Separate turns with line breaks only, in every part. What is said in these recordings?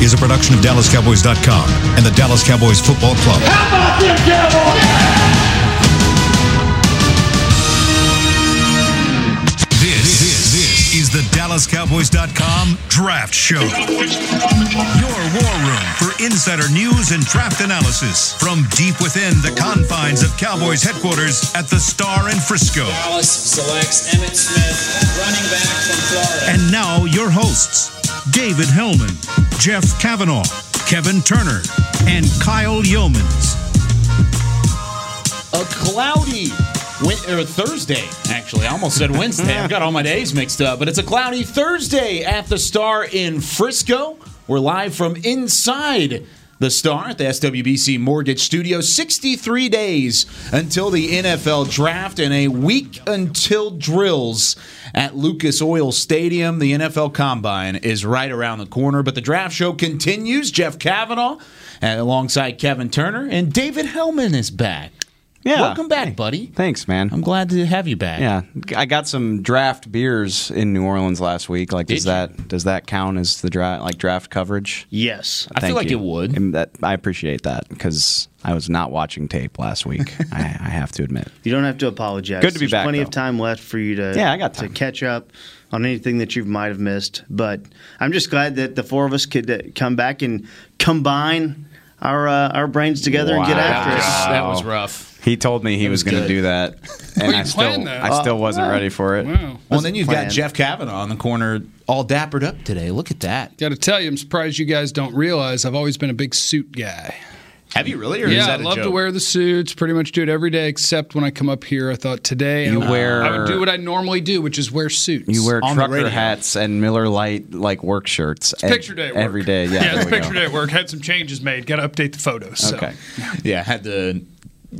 is a production of DallasCowboys.com and the Dallas Cowboys Football Club.
How about them Cowboys?
This, this, this is the DallasCowboys.com Draft Show. Your war room for insider news and draft analysis from deep within the confines of Cowboys headquarters at the Star in Frisco.
Dallas selects Emmett Smith, running back from Florida.
And now, your hosts David Hellman, Jeff Kavanaugh, Kevin Turner, and Kyle Yeomans.
a cloudy win- or Thursday, actually. I almost said Wednesday. I've got all my days mixed up, but it's a cloudy Thursday at the Star in Frisco. We're live from inside the Star at the SWBC Mortgage Studio. 63 days until the NFL draft and a week until drills at Lucas Oil Stadium. The NFL Combine is right around the corner, but the draft show continues. Jeff Kavanaugh and alongside Kevin Turner and David Hellman is back.
Yeah.
Welcome back, buddy.
Thanks, man.
I'm glad to have you back.
yeah, I got some draft beers in New Orleans last week. Like,
Did
does
you?
that does that count as the draft like draft coverage?
Yes. I
Thank
feel like
you.
it would.
And that I appreciate that because I was not watching tape last week. I, I have to admit.
You don't have to apologize.
Good to be
There's
back,
Plenty
though.
of time left for you to
Yeah, I got
to
time.
catch up on anything that you might have missed. But I'm just glad that the four of us could uh, come back and combine our uh, our brains together and get after it.
That was rough.
He told me he was, going
good.
to do that, and I still
planned that?
I
Oh,
still wasn't ready for it.
Well, and then you've
plan.
got Jeff Kavanaugh in the corner, all dappered up today. Look at that.
Got to tell you, I'm surprised you guys don't realize I've always been a big suit guy.
Have you really? Or is
yeah, I
that a
love to
joke?
wear the suits. Pretty much do it every day, except when I come up here. I thought today
You
I, would-
wear-
I would do what I normally do, which is wear suits.
You wear
On the radio.
trucker hats and Miller Lite like work shirts.
It's picture day at work.
e- every day. Yeah,
yeah, it's
there we
picture
go.
day at work. Had some changes made. Got to update the photos. So.
Okay.
Yeah, had to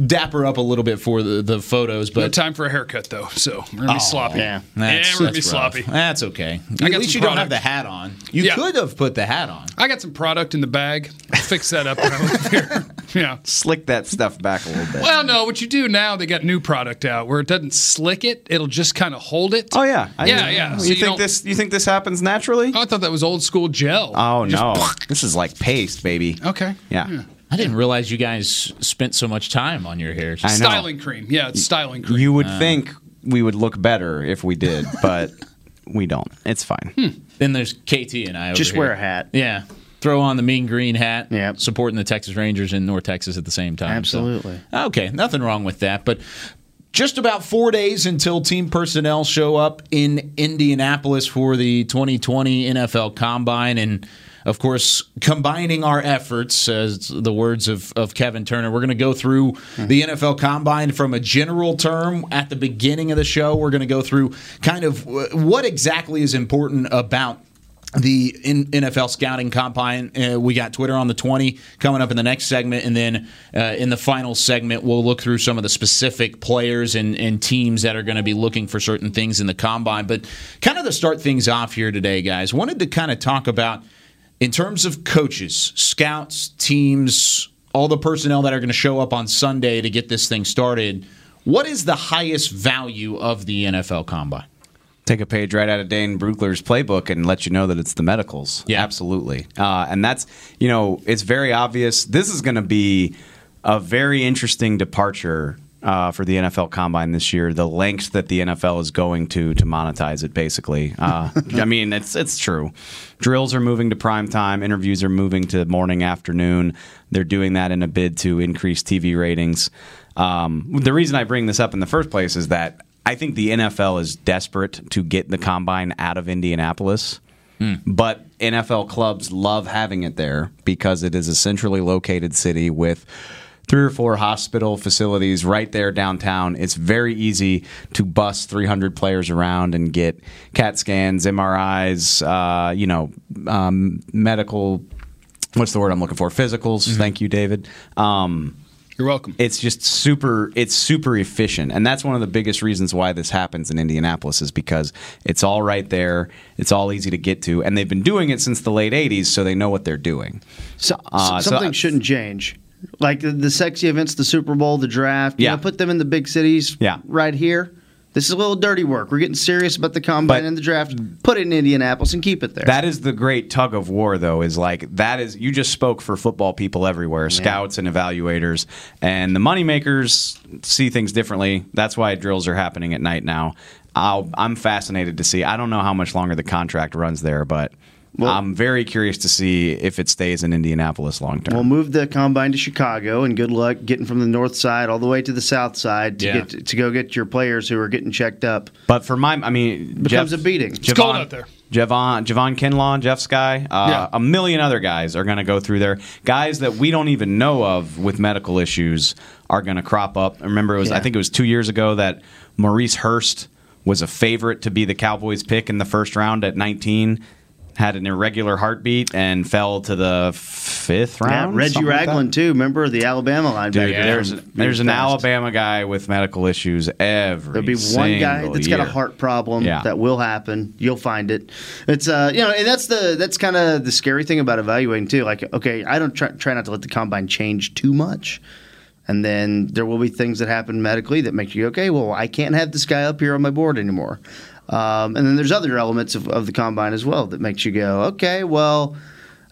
dapper up a little bit for the, the photos,
No
but.
time for a haircut though, so we're gonna be sloppy.
Yeah.
yeah, we're gonna be
rough.
sloppy.
That's okay.
I
At
got
least you
some
don't have
product.
the hat on. You
Yeah.
could have put the hat on.
I got some product in the bag. I'll fix that up when I leave here. Yeah.
Slick that stuff back a little bit.
Well, no, what you do now, they got new product out where it doesn't slick it; it'll just kind of hold it.
Oh yeah, I-
yeah, yeah.
You
So
think
don't-
this? You think this happens naturally?
Oh, I thought that was old school gel.
Oh
You just- Oh,
no, this is like paste, baby.
Okay.
Yeah,
I didn't realize you guys spent so much time on your hair.
I know.
Styling cream. Yeah, it's styling cream.
You would think we would look better if we did, but we don't. It's fine.
Hmm.
Then there's KT and I. Over
Just
here.
wear a hat.
Yeah. Throw on the mean green hat.
Yep.
Supporting the Texas Rangers in North Texas at the same time. so-
Absolutely.
Okay. Nothing wrong with that.
But just about four days until team personnel show up in Indianapolis for the 2020 NFL Combine. And of course, combining our efforts, as the words of, of Kevin Turner, we're going to go through
Mm-hmm.
the NFL Combine from a general term at the beginning of the show. We're going to go through kind of wh- what exactly is important about the in, NFL scouting combine. Uh, we got Twitter on the 20 coming up in the next segment. And then uh, in the final segment, we'll look through some of the specific players and, and teams that are going to be looking for certain things in the combine. But kind of to start things off here today, guys, wanted to kind of talk about in terms of coaches, scouts, teams, all the personnel that are going to show up on Sunday to get this thing started. What is the highest value of the NFL combine?
Take a page right out of Dane Brugler's playbook and let you know that it's the medicals.
Yeah.
absolutely. Uh, and that's you know it's very obvious. This is going to be a very interesting departure. Uh, for the NFL Combine this year, the lengths that the NFL is going to to monetize it, basically. Uh, I mean, it's it's true. Drills are moving to prime time. Interviews are moving to morning, afternoon. They're doing that in a bid to increase TV ratings. Um, the reason I bring this up in the first place is that I think the NFL is desperate to get the combine out of Indianapolis. But NFL clubs love having it there because it is a centrally located city with three or four hospital facilities right there downtown. It's very easy to bus 300 players around and get CAT scans, MRIs, uh, you know, um, medical. What's the word I'm looking for? Physicals. Thank you, David. Um,
You're welcome.
it's just super it's super efficient and that's one of the biggest reasons why this happens in indianapolis is because it's all right there it's all easy to get to and they've been doing it since the late 80s so they know what they're doing
So,
Uh, so
something
I-
shouldn't change. Like the, the sexy events, the Super Bowl, the draft. you
Yeah.
know, put them in the big cities.
Yeah.
Right here. This is a little dirty work. We're getting serious about the combine
But-
and the draft. Put it in Indianapolis and keep it there.
That is the great tug of war, though, is like that is you just spoke for football people everywhere, scouts and evaluators, and the moneymakers see things differently. That's why drills are happening at night now. I'll, I'm fascinated to see. I don't know how much longer the contract runs there, but I'm very curious to see if it stays in Indianapolis long term.
We'll move the combine to Chicago, and good luck getting from the north side all the way to the south side to
Yeah.
get to go get your players who are getting checked up.
But for my, I mean,
Becomes a beating. It's
cold out there.
Javon, Javon Kinlaw, Jeff Sky, uh,
Yeah.
a million other guys are going to go through there. Guys that we don't even know of with medical issues are going to crop up. I remember it was, I
Yeah.
think it was two years ago that Maurice Hurst was a favorite to be the Cowboys pick in the first round at 19. Had an irregular heartbeat and fell to the fifth
Yeah,
round.
Reggie
something like that.
Ragland too. Remember the Alabama linebacker?
Dude,
from
there's
years
there's an
past.
Alabama guy with medical issues every.
There'll be one guy
single
that's got a
year.
heart problem
Yeah.
that will happen. You'll find it. It's uh, you know, and that's the that's kind of the scary thing about evaluating too. Like, okay, I don't try, try not to let the combine change too much, and then there will be things that happen medically that make you okay. Well, I can't have this guy up here on my board anymore. Um, and then there's other elements of, of the combine as well that makes you go, okay, well.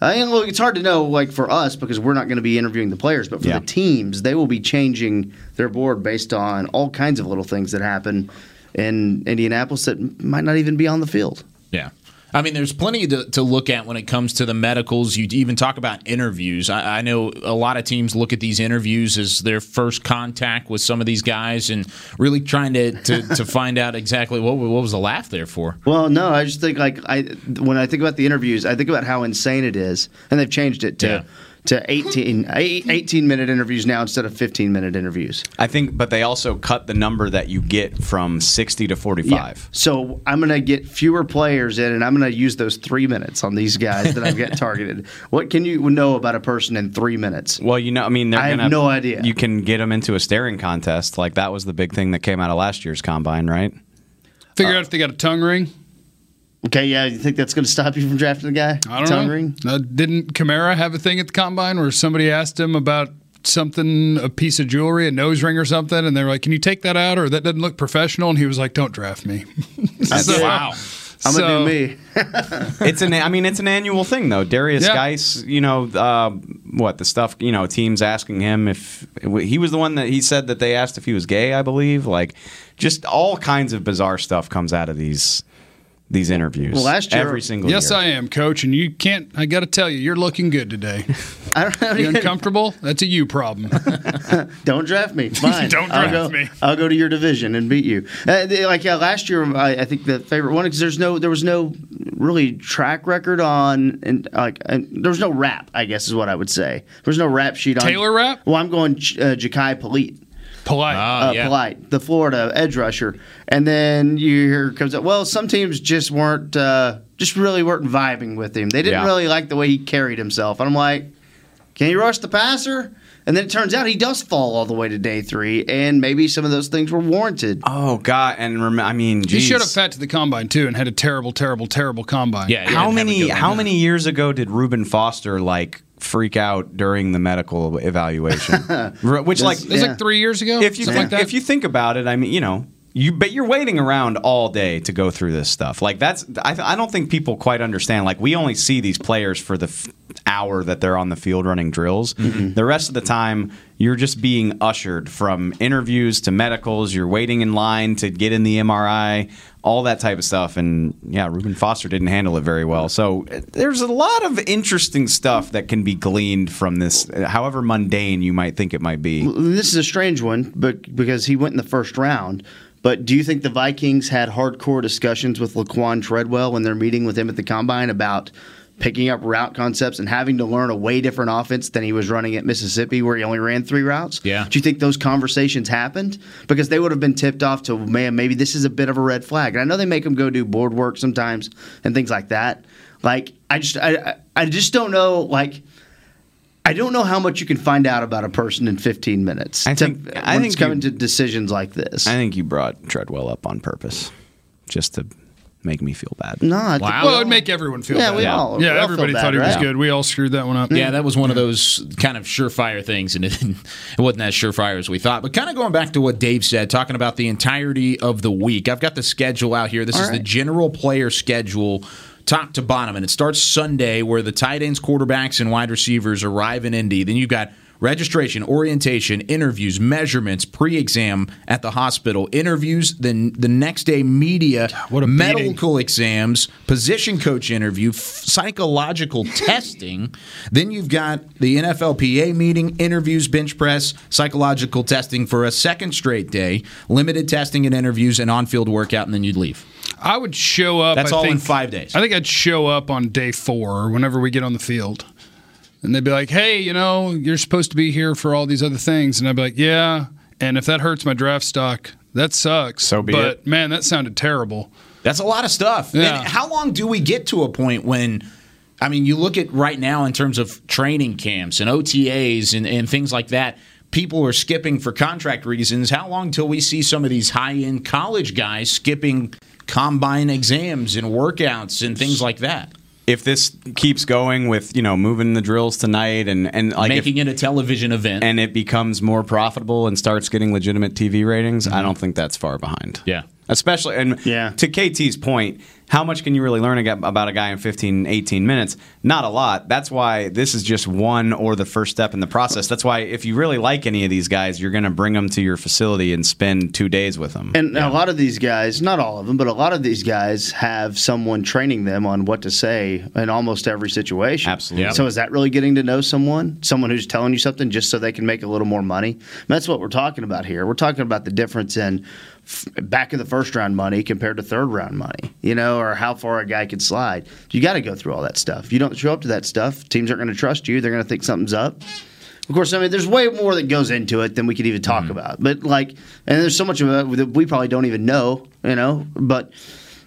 I mean, look, it's hard to know, like for us, because we're not going to be interviewing the players, but for
Yeah.
the teams, they will be changing their board based on all kinds of little things that happen in Indianapolis that might not even be on the field.
Yeah. I mean, there's plenty to, to look at when it comes to the medicals. You even talk about interviews. I, I know a lot of teams look at these interviews as their first contact with some of these guys and really trying to, to, to find out exactly what, what was the laugh there for.
Well, no, I just think like I when I think about the interviews, I think about how insane it is, and they've changed it to.
Yeah.
To 18, eight- 18 minute interviews now instead of 15 minute interviews.
I think, but they also cut the number that you get from 60 to 45.
So I'm going to get fewer players in, and I'm going to use those three minutes on these guys that I've got targeted. What can you know about a person in three minutes?
Well, you know, I mean, they're
I have
gonna,
no idea.
You can get them into a staring contest. Like that was the big thing that came out of last year's combine, right?
uh,
Figure out if they got a tongue ring.
Okay, yeah, you think that's going to stop you from drafting the guy?
I don't
Tongue
know.
ring?
Uh, didn't Kamara have a thing at the combine where somebody asked him about something, a piece of jewelry, a nose ring or something, and they were like, "Can you take that out?" Or that doesn't look professional, and he was like, "Don't draft me." So-
wow.
I'm
so-
gonna do me.
it's an. I mean, it's an annual thing though. Darius
Yeah.
Geis, you know, uh, what the stuff. You know, teams asking him if he was the one that he said that they asked if he was gay. I believe. Like, just all kinds of bizarre stuff comes out of these these interviews.
Well, last year-
every single
Yes,
year.
I am, coach, and you can't. I got to tell you, you're looking good today.
I don't have
You
any.
uncomfortable? That's a you problem.
Don't draft me. Fine.
Don't
I'll
draft
go-
me.
I'll go to your division and beat you. Uh, they- like yeah, last year, I, I think the favorite one because there's no, there was no really track record on, and like and there was no rap. I guess is what I would say. There was no rap sheet on
Taylor rap?
Well, I'm going uh, Ja'Kai Polite.
Polite.
uh, polite, the Florida edge rusher. And then you hear comes up. Well, some teams just weren't, uh, just really weren't vibing with him. They didn't
Yeah.
really like the way he carried himself. And I'm like, can he rush the passer? And then it turns out he does fall all the way to day three, and maybe some of those things were warranted.
Oh God! And rem- I mean,
he
geez.
showed up fat to the combine too, and had a terrible, terrible, terrible combine.
Yeah, he
how
didn't have a
many
good
how
one.
many years ago did Reuben Foster like freak out during the medical evaluation? Re- Which like
It was
Yeah.
like three years ago.
if you
something
think,
like that.
if you think about it, I mean, you know, you but you're waiting around all day to go through this stuff. Like that's I, I don't think people quite understand. Like we only see these players for the f- hour that they're on the field running drills.
Mm-hmm.
The rest of the time, you're just being ushered from interviews to medicals. You're waiting in line to get in the MRI. All that type of stuff, and yeah, Reuben Foster didn't handle it very well. So eh, there's a lot of interesting stuff that can be gleaned from this, eh, however mundane you might think it might be.
This is a strange one, but because he went in the first round. But do you think the Vikings had hardcore discussions with Laquan Treadwell when they're meeting with him at the combine about picking up route concepts and having to learn a way different offense than he was running at Mississippi, where he only ran three routes?
Yeah.
Do you think those conversations happened? Because they would have been tipped off to, man, maybe this is a bit of a red flag. And I know they make him go do board work sometimes and things like that. Like I just, I, I, I just don't know, like. I don't know how much you can find out about a person in 15 minutes.
I
to-
think-
when
I
it's
think
coming
you-
to decisions like this.
I think you brought Treadwell up on purpose, just to make me feel bad.
No, I think-
Wow.
Well, it would make everyone feel
Yeah,
bad.
we
Yeah.
all. we
yeah,
all feel
everybody
bad,
thought he was
right?
good. We all screwed that one up.
Yeah, that was one of those kind of surefire things, and it, it wasn't as surefire as we thought. But kind of going back to what Dave said, talking about the entirety of the week, I've got the schedule out here. This
All
is the
right.
general player schedule, top to bottom, and it starts Sunday where the tight ends, quarterbacks, and wide receivers arrive in Indy. Then you've got registration, orientation, interviews, measurements, pre-exam at the hospital, interviews, then the next day media,
what a beating.
medical medical exams, position coach interview, f- psychological testing. Then you've got the NFLPA meeting, interviews, bench press, psychological testing for a second straight day, limited testing and interviews, and on field workout, and then you'd leave.
I would show up.
That's
I
all in
think-
five days.
I think I'd show up on day four or whenever we get on the field. And they'd be like, hey, you know, you're supposed to be here for all these other things. And I'd be like, yeah. And if that hurts my draft stock, that sucks.
So be
But
it.
man, that sounded terrible.
That's a lot of stuff.
Yeah.
And how long do we get to a point when? I mean, you look at right now in terms of training camps and OTAs and, and things like that. People are skipping for contract reasons. How long till we see some of these high end college guys skipping combine exams and workouts and things like that?
If this keeps going with you know moving the drills tonight and and like if-
Making it a television event.
and it becomes more profitable and starts getting legitimate TV ratings, I don't think that's far behind.
Yeah.
Especially, and
Yeah.
to KT's point, how much can you really learn aga- about a guy in 15, 18 minutes? Not a lot. That's why this is just one or the first step in the process. That's why if you really like any of these guys, you're going to bring them to your facility and spend two days with them.
And a lot of these guys, not all of them, but a lot of these guys have someone training them on what to say in almost every situation.
Absolutely. Yep.
So is that really getting to know someone? Someone who's telling you something just so they can make a little more money? And that's what we're talking about here. We're talking about the difference in f- back of the first round money compared to third round money, you know, or how far a guy can slide. You got to go through all that stuff. If you don't show up to that stuff, teams aren't going to trust you. They're going to think something's up. Of course, I mean, there's way more that goes into it than we could even talk
Mm-hmm.
about. But like, and there's so much of it that we probably don't even know, you know. But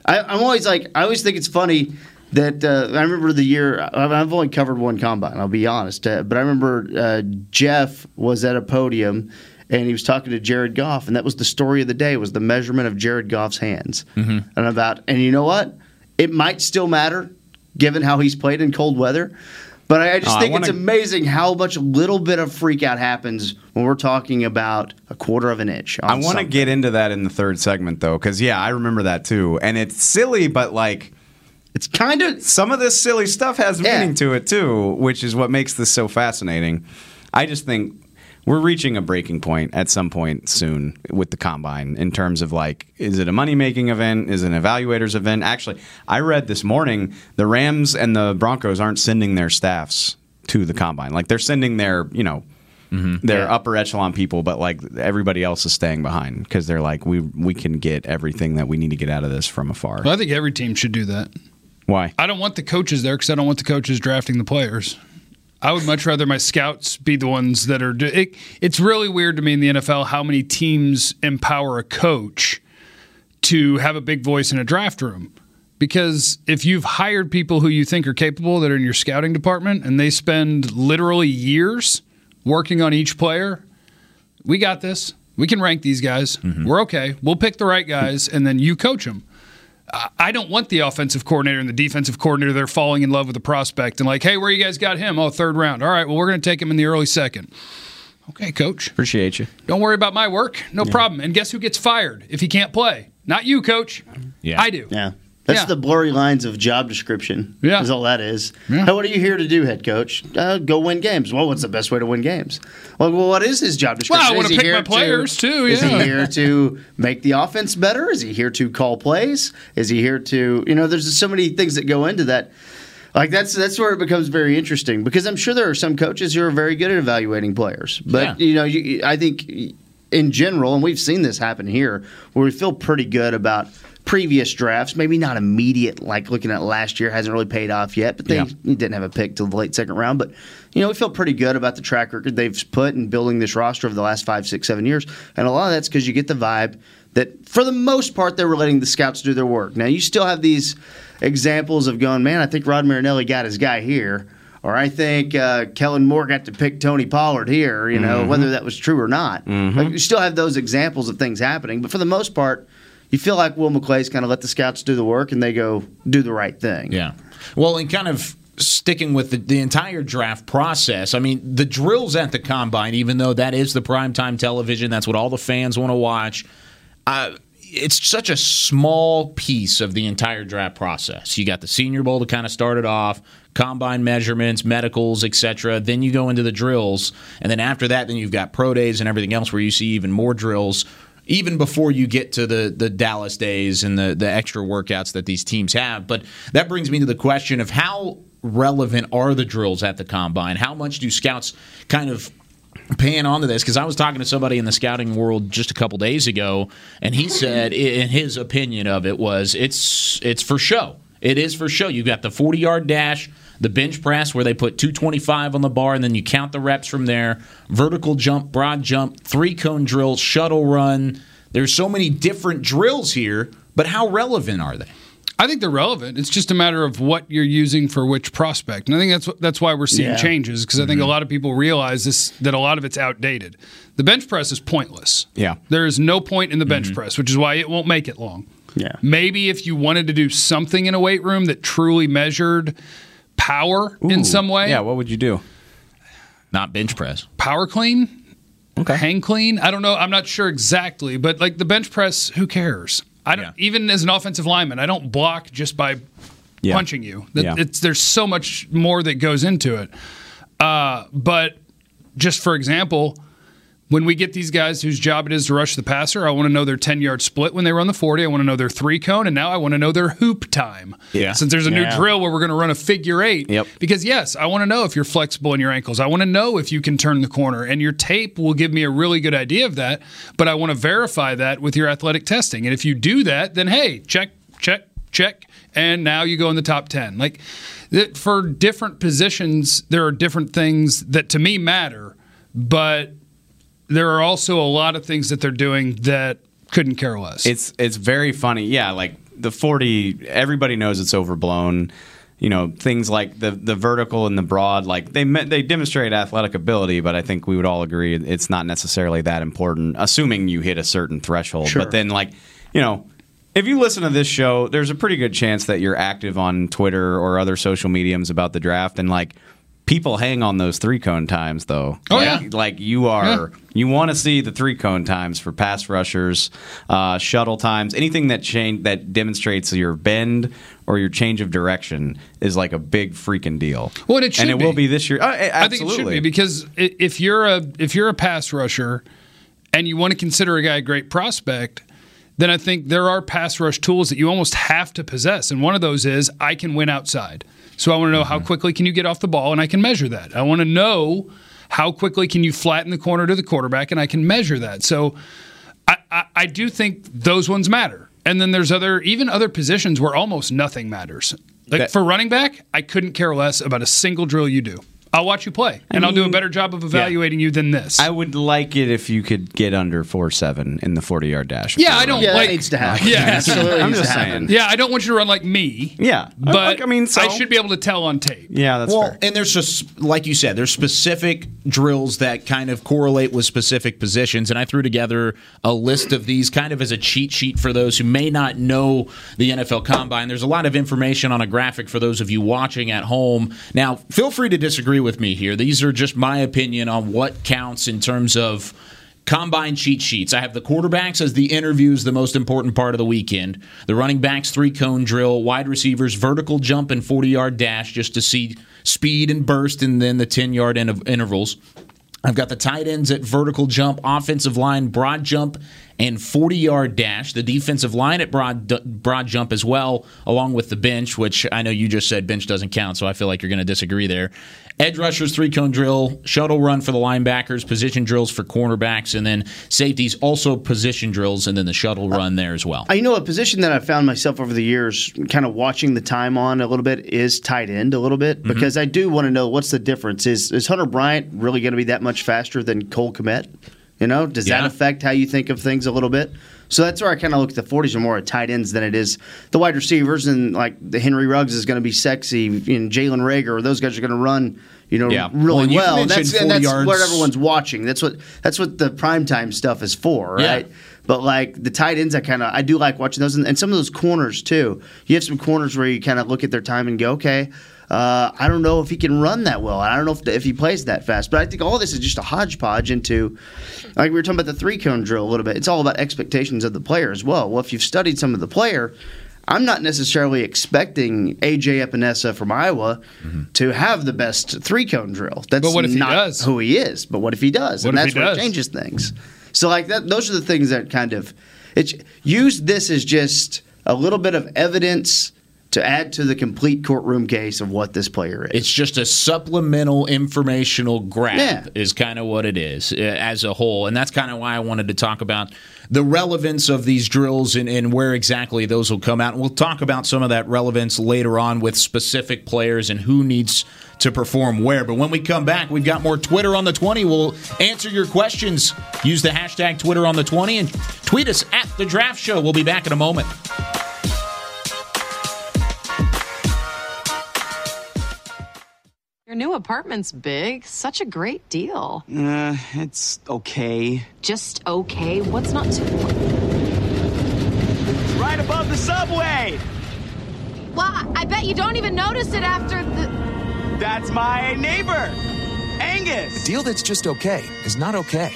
I, I'm always like, I always think it's funny that uh, I remember the year I- I've only covered one combine. I'll be honest, uh, but I remember uh, Jeff was at a podium. And he was talking to Jared Goff, and that was the story of the day was the measurement of Jared Goff's hands,
Mm-hmm.
and about and you know what, it might still matter, given how he's played in cold weather, but I, I just
Oh, I
think it's
wanna-
amazing amazing how much a little bit of freak out happens when we're talking about a quarter of an inch. on
I want to
something.
get into that in the third segment, though, because, yeah, I remember that too. And it's silly, but like.
It's kind of
some of this silly stuff has
Yeah.
meaning to it too, which is what makes this so fascinating. I just think we're reaching a breaking point at some point soon with the combine in terms of like, is it a money making event? Is it an evaluators event? Actually, I read this morning the Rams and the Broncos aren't sending their staffs to the combine. Like they're sending their, you know, their
Yeah.
upper echelon people, but like everybody else is staying behind because they're like, we we can get everything that we need to get out of this from afar.
But I think every team should do that.
Why?
I don't want the coaches there because I don't want the coaches drafting the players. I would much rather my scouts be the ones that are. Do- it, it's really weird to me in the NFL how many teams empower a coach to have a big voice in a draft room. Because if you've hired people who you think are capable that are in your scouting department and they spend literally years working on each player, we got this. We can rank these guys. We're okay. We'll pick the right guys, and then you coach them. I don't want the offensive coordinator and the defensive coordinator. They're falling in love with the prospect and like, hey, where you guys got him? Oh, third round. All right, well, we're going to take him in the early second. Okay, coach.
Appreciate you.
Don't worry about my work. No problem. And guess who gets fired if he can't play? Not you, coach.
Yeah.
I do.
yeah. That's
Yeah.
the blurry lines of job description.
Yeah.
is all that is.
Yeah.
Hey, what are you here to do, head coach? Uh, go win games. Well, what's the best way to win games? Well, well what is his job description?
Well, I wanna
Is he
pick my
here
players, too,
Is he
yeah.
here to make the offense better? Is he here to call plays? Is he here to you know? There's just so many things that go into that. Like that's that's where it becomes very interesting because I'm sure there are some coaches who are very good at evaluating players, but
Yeah.
you know, you, I think in general, and we've seen this happen here, where we feel pretty good about previous drafts, maybe not immediate, like looking at last year hasn't really paid off yet, but they
Yeah.
didn't have a pick till the late second round, but you know, we feel pretty good about the track record they've put in building this roster over the last five, six, seven years, and a lot of that's because you get the vibe. That for the most part, they were letting the scouts do their work. Now, you still have these examples of going, man, I think Rod Marinelli got his guy here, or I think uh, Kellen Moore got to pick Tony Pollard here,
Mm-hmm.
you know, whether that was true or not. Like, you still have those examples of things happening, but for the most part, you feel like Will McClay's kind of let the scouts do the work and they go do the right thing.
Yeah. Well, and kind of sticking with the, the entire draft process, I mean, the drills at the combine, even though that is the primetime television, that's what all the fans want to watch. Uh, it's such a small piece of the entire draft process. You got the Senior Bowl to kind of start it off, combine measurements, medicals, etc. Then you go into the drills, and then after that, then you've got pro days and everything else where you see even more drills, even before you get to the the Dallas days and the the extra workouts that these teams have. But that brings me to the question of how relevant are the drills at the combine? How much do scouts kind of paying on to this because I was talking to somebody in the scouting world just a couple days ago, and he said, in his opinion of it, was it's it's for show. It is for show. You've got the 40 yard dash, the bench press where they put 225 on the bar, and then you count the reps from there. Vertical jump, broad jump, three cone drill, shuttle run. There's so many different drills here, but how relevant are they?
I think they're relevant. It's just a matter of what you're using for which prospect, and I think that's wh- that's why we're seeing
Yeah.
changes because I think a lot of people realize this that a lot of it's outdated. The bench press is pointless.
Yeah.
there is no point in the bench
Mm-hmm.
press, which is why it won't make it long.
Yeah.
maybe if you wanted to do something in a weight room that truly measured power in some way,
Yeah, what would you do?
Not bench press.
power clean, hang clean. I don't know. I'm not sure exactly, but like the bench press, who cares? I don't
Yeah.
even as an offensive lineman, I don't block just by
Yeah.
punching you. That-
Yeah.
It's there's so much more that goes into it. Uh, but just for example, when we get these guys whose job it is to rush the passer, I want to know their 10 yard split when they run the 40. I want to know their three cone. And now I want to know their hoop time.
Yeah.
Since there's a new drill where we're going to run a figure eight.
Yep.
Because, yes, I want to know if you're flexible in your ankles. I want to know if you can turn the corner. And your tape will give me a really good idea of that. But I want to verify that with your athletic testing. And if you do that, then hey, check, check, check. And now you go in the top 10. Like th- for different positions, there are different things that to me matter. But there are also a lot of things that they're doing that couldn't care less.
It's it's very funny. Yeah, like the 40 everybody knows it's overblown. You know, things like the the vertical and the broad like they me- they demonstrate athletic ability, but I think we would all agree it's not necessarily that important assuming you hit a certain threshold.
Sure.
But then like, you know, if you listen to this show, there's a pretty good chance that you're active on Twitter or other social mediums about the draft and like people hang on those three cone times though.
Oh,
Like-
yeah.
like you are you want to see the three cone times for pass rushers uh, shuttle times anything that change that demonstrates your bend or your change of direction is like a big freaking deal
Well, and it should
and it will
be.
be this year Uh,
I think it should be because i- if you're a if you're a pass rusher and you want to consider a guy a great prospect, then I think there are pass rush tools that you almost have to possess, and one of those is I can win outside. So I want to know how quickly can you get off the ball, and I can measure that. I want to know how quickly can you flatten the corner to the quarterback, and I can measure that. So I, I, I do think those ones matter. And then there's other, even other positions where almost nothing matters. Like
That-
for running back, I couldn't care less about a single drill you do. I'll watch you play, and I'll do a better job of evaluating you than this.
Mm. I would like it if you could get under four seven in the forty yard dash.
yeah, I don't
Yeah,
like.
that needs to happen.
Yeah.
absolutely.
I'm
needs to
just
happen.
saying.
yeah, I don't want you to run like me.
Yeah.
but
Like, I mean, so-
I should be able to tell on tape.
Yeah, that's
well,
fair.
and there's just like you said, there's specific drills that kind of correlate with specific positions, and I threw together a list of these kind of as a cheat sheet for those who may not know the NFL Combine. There's a lot of information on a graphic for those of you watching at home. Now, feel free to disagree with me here. These are just my opinion on what counts in terms of combine cheat sheets. I have the quarterbacks as the interviews, the most important part of the weekend. The running backs, three cone drill, wide receivers, vertical jump and 40 yard dash just to see speed and burst, and then the 10 yard in- intervals. I've got the tight ends at vertical jump, offensive line, broad jump, and 40 yard dash. The defensive line at broad, d- broad jump as well, along with the bench, which I know you just said bench doesn't count, so I feel like you're going to disagree there. Edge rushers, three cone drill, shuttle run for the linebackers, position drills for cornerbacks, and then safeties, also position drills, and then the shuttle run there as well.
I know a position that I found myself over the years kind of watching the time on a little bit is tight end a little bit
Mm-hmm.
because I do want to know what's the difference. Is is Hunter Bryant really going to be that much faster than Cole Komet? You know, does
Yeah.
that affect how you think of things a little bit? So that's where I kind of look at the 40s are more at tight ends than it is the wide receivers and like the Henry Ruggs is going to be sexy and Jalen Rager those guys are going to run you know
Yeah.
Well,
really
you've
well.
mentioned
That's
40
and that's
yards.
what everyone's watching. That's what that's what the primetime stuff is for,
Yeah.
right? But like the tight ends, I kind of I do like watching those, and, and some of those corners too. You have some corners where you kind of look at their time and go, okay, uh, I don't know if he can run that well. I don't know if, if he plays that fast. But I think all this is just a hodgepodge into, like we were talking about the three cone drill a little bit. It's all about expectations of the player as well. Well, if you've studied some of the player, I'm not necessarily expecting AJ Epinesa from Iowa to have the best three cone drill. That's
Mm-hmm. But what if he
not
does?
who he is. But what if he does?
What
and
if he
that's what
does?
changes things. So like that, those are the things that kind of it's use this as just a little bit of evidence to add to the complete courtroom case of what this player is.
It's just a supplemental informational grab,
Yeah.
is kind of what it is uh, as a whole. And that's kind of why I wanted to talk about the relevance of these drills and, and where exactly those will come out. And we'll talk about some of that relevance later on with specific players and who needs to perform where. But when we come back, we've got more Twitter on the 20. We'll answer your questions. Use the hashtag Twitter on the 20 and tweet us at The Draft Show. We'll be back in a moment.
Your new apartment's big. Such a great deal.
Uh, it's okay.
Just okay. What's not to?
Right above the subway.
Well, I bet you don't even notice it after the.
That's my neighbor, Angus.
Deal that's just okay is not okay.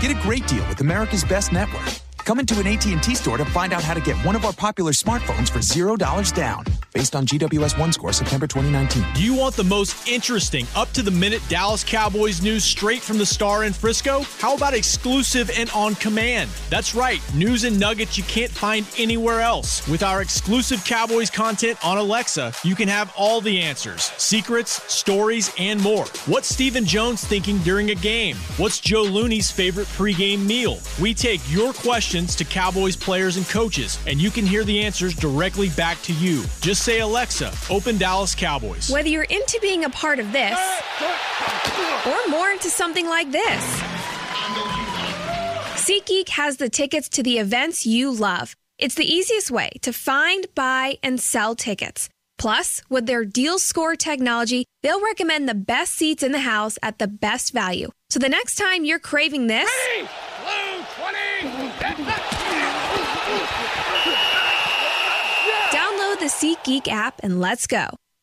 Get a great deal with America's best network. Come into an AT&T store to find out how to get one of our popular smartphones for $0 down based on GWS1 score September 2019.
Do you want the most interesting, up to the minute Dallas Cowboys news straight from the star in Frisco? How about exclusive and on command? That's right, news and nuggets you can't find anywhere else. With our exclusive Cowboys content on Alexa, you can have all the answers, secrets, stories, and more. What's Stephen Jones thinking during a game? What's Joe Looney's favorite pregame meal? We take your questions to Cowboys players and coaches, and you can hear the answers directly back to you. Just say, Alexa, open Dallas Cowboys.
Whether you're into being a part of this or more into something like this, SeatGeek has the tickets to the events you love. It's the easiest way to find, buy, and sell tickets. Plus, with their deal score technology, they'll recommend the best seats in the house at the best value. So the next time you're craving this, download the SeatGeek app and let's go.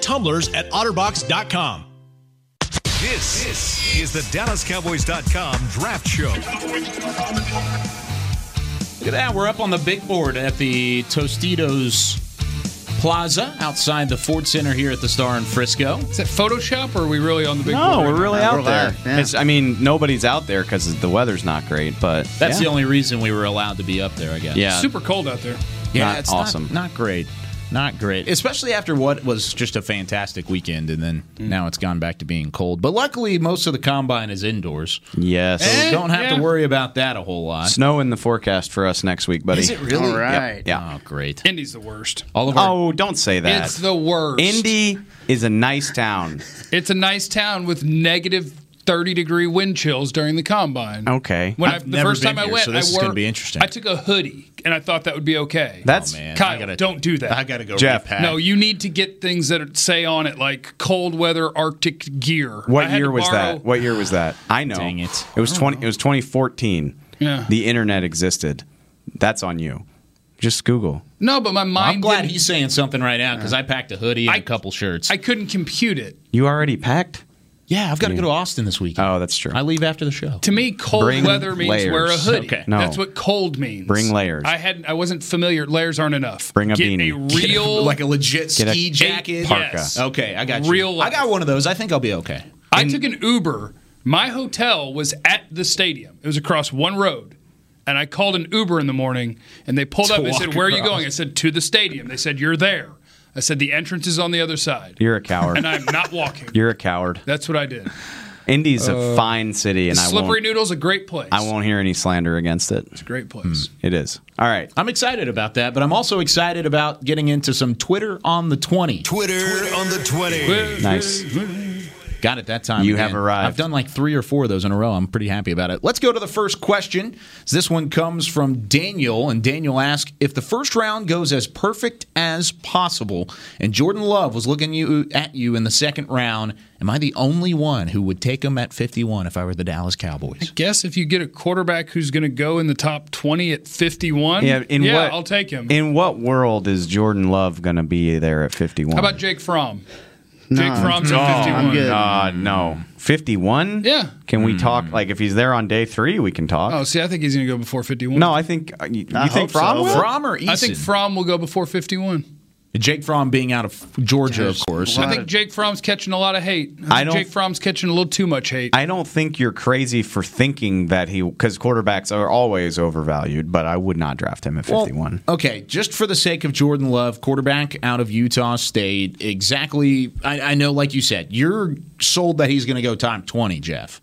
tumblers at otterbox.com.
This, this is the DallasCowboys.com Draft Show.
Look at that. We're up on the big board at the Tostitos Plaza outside the Ford Center here at the Star in Frisco.
Is that Photoshop or are we really on the big
No,
board?
we're really
Yeah,
out
we're
there.
live, yeah.
It's, I mean, nobody's out there because the weather's not great, but
That's
yeah.
the only reason we were allowed to be up there, I guess.
Yeah.
Super cold out there.
Yeah,
Not
it's
awesome.
Not, not great. Not great. Especially after what was just a fantastic weekend and then now it's gone back to being cold. But luckily most of the combine is indoors.
Yes.
So we don't have
yeah.
to worry about that a whole lot.
Snow in the forecast for us next week, buddy.
All right.
Yep. Yeah.
Oh great.
Indy's the worst.
All of our
Oh, don't say that.
It's the worst.
Indy is a nice town.
It's a nice town with negative 30 degree wind chills during the combine.
Okay.
When I,
I've
the
never
first
been
time I
here,
went,
so this
I
is
wore,
gonna be interesting.
I took a hoodie and I thought that would be okay.
That's
Oh, man.
Kyle,
I gotta-
don't do that.
I gotta go
Jeff,
repack.
No, you need to get things that are- say on it like cold weather Arctic gear. I
what
had
year
to
was
borrow-
that? What year was that? I know.
Dang it.
It was twenty. It was twenty fourteen.
Yeah.
The internet existed. That's on you. Just Google.
No, but my mind.
I'm glad
didn't-
he's saying something right now because I packed a hoodie and a
I-
couple shirts.
I couldn't compute it.
You already packed.
yeah, I've got to go to Austin this weekend.
Oh, that's true.
I leave after the show.
To me, cold
Bring
weather means wear a
layers.
hoodie.
Okay.
No.
That's what cold means.
Bring layers.
I hadn't. I wasn't familiar. Layers aren't enough.
Bring a
Get
beanie.
A real
like a legit
Get a-
ski jacket.
Parka.
Yes.
Okay, I got you.
Real
I
life.
got one of those. I think I'll be okay.
I took an Uber. My hotel was at the stadium. It was across one road. And I called an Uber in the morning and they pulled up and
walk
said, Where are you
across.
going? I said, To the stadium. They said, You're there. I said, The entrance is on the other side.
You're a coward.
and I'm not walking.
You're a coward.
That's what I did.
Indy's a fine city, and I
Uh, Slippery
won't,
Noodle's a great place.
I won't Hmm. hear any slander against it.
Great place.
It is. All right.
I'm excited about that, but I'm also excited about getting into some Twitter on the 20.
Twitter, on the 20.
Nice.
Got it that time.
You
again.
have arrived.
I've done like three or four of those in a row. I'm pretty happy about it. Let's go to the first question. This one comes from Daniel, and Daniel asks if the first round goes as perfect as possible, and Jordan Love was looking you at you in the second round. Am I the only one who would take him at 51 if I were the Dallas Cowboys?
Guess if you get a quarterback who's going to go in the top 20 at 51,
Yeah, in what
I'll take him.
In what world is Jordan Love going to be there at 51?
How about Jake Fromm? Jake
No,
Fromm's
Oh,
at 51.
I'm good.
Uh, no. 51?
Yeah.
Can
Hmm.
we talk? Like, if he's there on day three, we can talk.
Oh, see, I think he's going to go before 51.
no, I think. uh, You, you
I
think
hope so.
Fromm will?
Fromm or Eason?
I think Fromm will go before 51.
Jake Fromm being out of Georgia, of course.
I think Jake Fromm's catching a lot of hate. I think
I don't-
Jake Fromm's catching a little too much hate.
I don't think you're crazy for thinking that he because quarterbacks are always overvalued, but I would not draft him at
Well,
51.
Okay, just for the sake of Jordan Love, quarterback out of Utah State, exactly. I, I know, like you said, you're sold that he's going to go top 20, Jeff.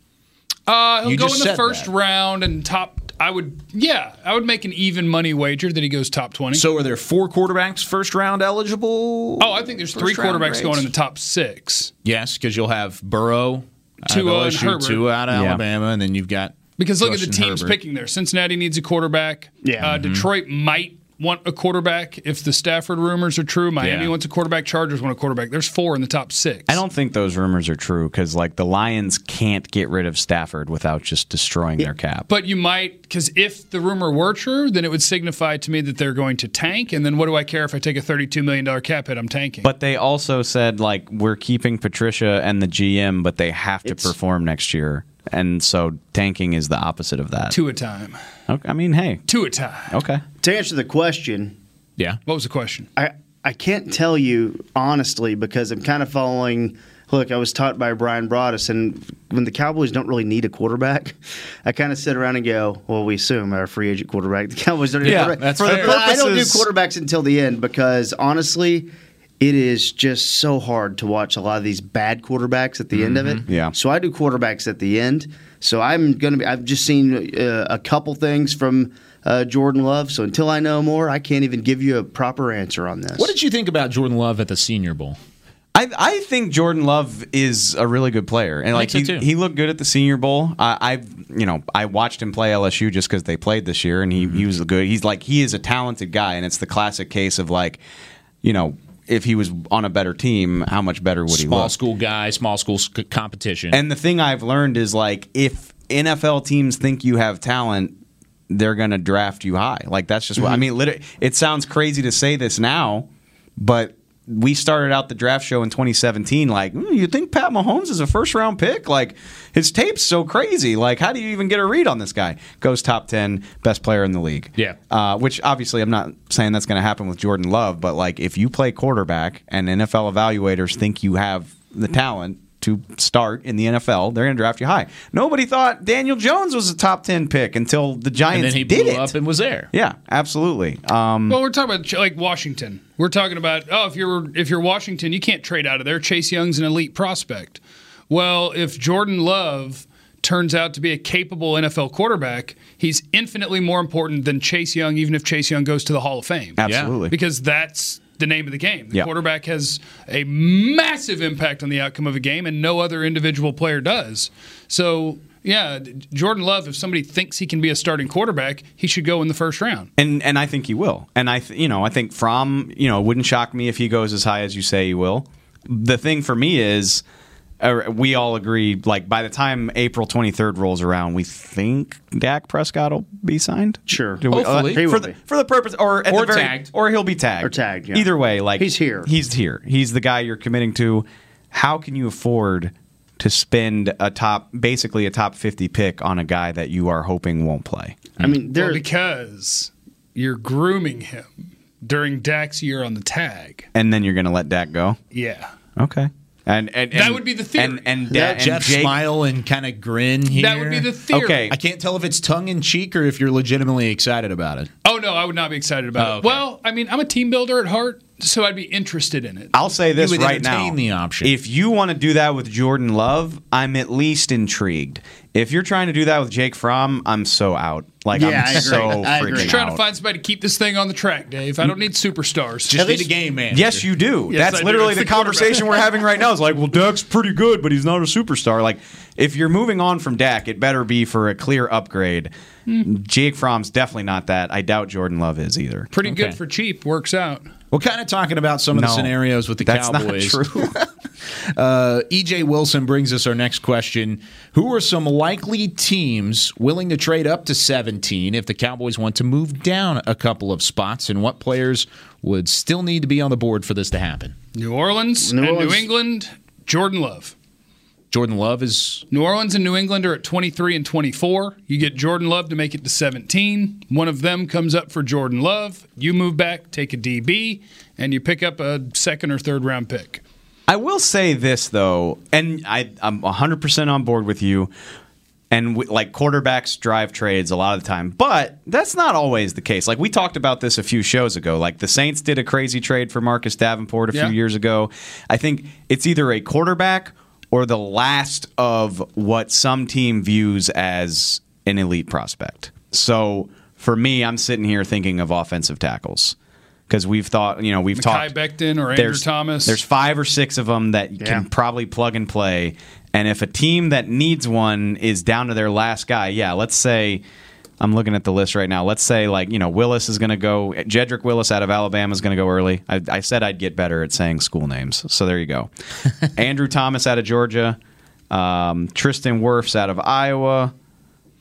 Uh, he'll
You
go
just
in the
said
first
that.
round and top. I would, yeah, I would make an even money wager that he goes top twenty.
So are there four quarterbacks first round eligible?
oh, I think there's three
round
quarterbacks going
grades?
in the top six
Yes, because you'll have Burrow,
uh, Tua
out of
and
LSU,
Herbert.
two out of
Yeah.
Alabama, and then you've got
because look at the
Justin
teams
Herbert.
picking there. Cincinnati needs a quarterback.
Yeah.
uh, Detroit might want a quarterback if the Stafford rumors are true. Miami
Yeah.
wants a quarterback. Chargers want a quarterback. There's four in the top six.
I don't think those rumors are true because like the Lions can't get rid of Stafford without just destroying their cap.
But you might, because if the rumor were true, then it would signify to me that they're going to tank. And then what do I care if I take a $32 million cap hit? I'm tanking.
But they also said like we're keeping Patricia and the GM, but they have to
It's-
perform next year, and so tanking is the opposite of that.
two a time.
Okay, I mean, hey,
Two a time.
okay,
To answer the question,
yeah.
What was the question?
I I can't tell you honestly because I'm kind of following. Look, I was taught by Brian Broaddus, and when the Cowboys don't really need a quarterback, I kind of sit around and go, "Well, we assume our free agent quarterback." The Cowboys don't. need a
Yeah,
quarterback.
that's
For
fair.
the, but I don't do
Purposes-
quarterbacks until the end because honestly. It is just so hard to watch a lot of these bad quarterbacks at the end of it.
Mm-hmm. Yeah.
So I do quarterbacks at the end. So I'm gonna be. I've just seen uh, a couple things from uh, Jordan Love. So until I know more, I can't even give you a proper answer on this.
What did you think about Jordan Love at the Senior Bowl?
I, I think Jordan Love is a really good player, and like
so,
he,
too.
he looked good at the Senior Bowl. I, I've you know I watched him play LSU just because they played this year, and he
Mm-hmm.
he was good. He's like he is a talented guy, and it's the classic case of like, you know, if he was on a better team, how much better would he
Small
look?
school guy, small school sc- competition.
And the thing I've learned is like if NFL teams think you have talent, they're gonna draft you high. Like that's just what I mean. Literally, it sounds crazy to say this now, but we started out the draft show in 2017. Like "Hmm, you think Pat Mahomes is a first round pick? Like his tape's so crazy. Like how do you even get a read on this guy? Goes top ten, best player in the league.
Yeah.
Uh, which obviously I'm not saying that's going to happen with Jordan Love, but like if you play quarterback and NFL evaluators think you have the talent to start in the NFL, they're going to draft you high. Nobody thought Daniel Jones was a top 10 pick until the
And
Giants
then he
did
blew
it.
up and was there.
yeah, absolutely. Um,
Well, we're talking about like Washington. We're talking about oh, if you're if you're Washington, you can't trade out of there. Chase Young's an elite prospect. Well, if Jordan Love turns out to be a capable NFL quarterback, he's infinitely more important than Chase Young, even if Chase Young goes to the Hall of Fame.
absolutely.
Because that's the name of the game. The
Yeah.
quarterback has a massive impact on the outcome of a game, and no other individual player does. So, yeah, Jordan Love, if somebody thinks he can be a starting quarterback, he should go in the first round.
and and I think he will. And I th- you know I think Fromm you know it wouldn't shock me if he goes as high as you say he will. The thing for me is uh, we all agree like by the time April 23rd rolls around, we think Dak Prescott will be signed.
Sure.
Do we- uh,
Hopefully. He
for
will
the
be.
for the purpose or at
Or
the very,
tagged.
or he'll be tagged
Or tagged, yeah.
Either way, like
He's here.
He's here. He's the guy you're committing to. How can you afford? To spend a top, basically a top 50 pick on a guy that you are hoping won't play.
I mean, there.
Well, because you're grooming him during Dak's year on the tag.
And then you're going to let Dak go?
Yeah.
Okay. And, and,
That
and-
would be the theory.
And, and,
Yeah,
and
Jeff
Jake-
smile and kind of grin here.
That would be the theory.
Okay.
I can't tell if it's tongue in cheek or if you're legitimately excited about it.
Oh no, I would not be excited about
Oh,
it.
okay.
Well, I mean, I'm a team builder at heart, so I'd be interested in it.
I'll say this
would
right
entertain
now.
the option.
If you want to do that with Jordan Love, I'm at least intrigued. If you're trying to do that with Jake Fromm, I'm so out. Like
Yeah,
I'm
I agree.
so
I agree.
freaking
Just
trying to
out.
find somebody to keep this thing on the track, Dave. I don't need superstars.
Just
Just
need a game man.
Yes, you do.
Yes, I
That's
do.
literally
It's
the
the quarterback.
conversation we're having right now. It's like, well, Dak's pretty good, but he's not a superstar. Like, if you're moving on from Dak, it better be for a clear upgrade.
Hmm.
Jake Fromm's definitely not that. I doubt Jordan Love is either.
pretty
Okay.
good for cheap. Works out.
We're kind of talking about some of the
No,
scenarios with the
that's
Cowboys.
not true.
Uh, EJ Wilson brings us our next question. Who are some likely teams willing to trade up to 17 if the Cowboys want to move down a couple of spots? And what players would still need to be on the board for this to happen?
New Orleans
New
and
Orleans.
New England. Jordan Love.
Jordan Love is
New Orleans and New England are at 23 and 24. You get Jordan Love to make it to 17. One of them comes up for Jordan Love. You move back, take a DB, and you pick up a second or third round pick.
I will say this though, and I, I'm 100% on board with you. And we, like quarterbacks drive trades a lot of the time, but that's not always the case. Like we talked about this a few shows ago. Like the Saints did a crazy trade for Marcus Davenport a
Yeah.
few years ago. I think it's either a quarterback or the last of what some team views as an elite prospect. So for me, I'm sitting here thinking of offensive tackles because we've thought, you know, we've
Mackay
talked
Becton or Andrew Thomas.
There's five or six of them that you can
Yeah.
probably plug and play. And if a team that needs one is down to their last guy, yeah, let's say I'm looking at the list right now. Let's say like you know Willis is going to go. Jedrick Willis out of Alabama is going to go early. I, I said I'd get better at saying school names, so there you go. Andrew Thomas out of Georgia, um, Tristan Wirfs out of Iowa.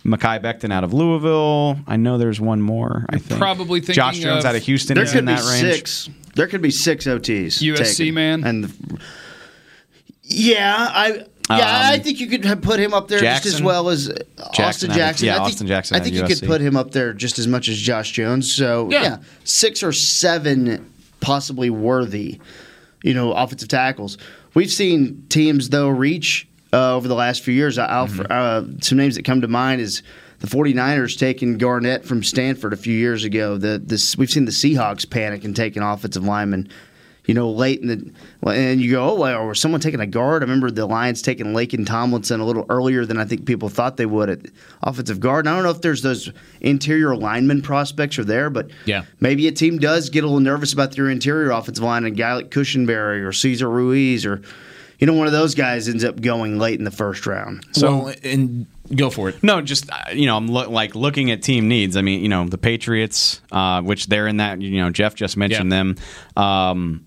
Mackay Becton out of Louisville. I know there's one more. I think
probably thinking
Josh Jones
of-
out of Houston
There
is in
could be
that range.
six. There could be six OTs.
USC
taken.
man.
And the, yeah, I yeah, I think you could have put him up there just
Um, Jackson?
as well as
Jackson
Austin
out of-
Jackson.
yeah,
I think,
Austin Jackson
I
out
think
of
you
USC.
could put him up there just as much as Josh Jones. So yeah, six or seven possibly worthy. You know, offensive tackles. We've seen teams though reach uh, over the last few years. I- I'll, uh, some names that come to mind is the 49ers taking Garnett from Stanford a few years ago. The this we've seen the Seahawks panic and taking offensive linemen. You know, late in the well, and you go, oh, well, was someone taking a guard? I remember the Lions taking Lakin Tomlinson a little earlier than I think people thought they would at offensive guard. And I don't know if there's those interior lineman prospects are there, but
Yeah.
maybe a team does get a little nervous about their interior offensive line, and a guy like Cushenberry or Cesar Ruiz or you know one of those guys ends up going late in the first round.
so and go for it.
No, just uh, you know, I'm loo- like looking at team needs. I mean, you know, the Patriots, uh, which they're in that. You know, Jeff just mentioned
Yeah.
them. Um,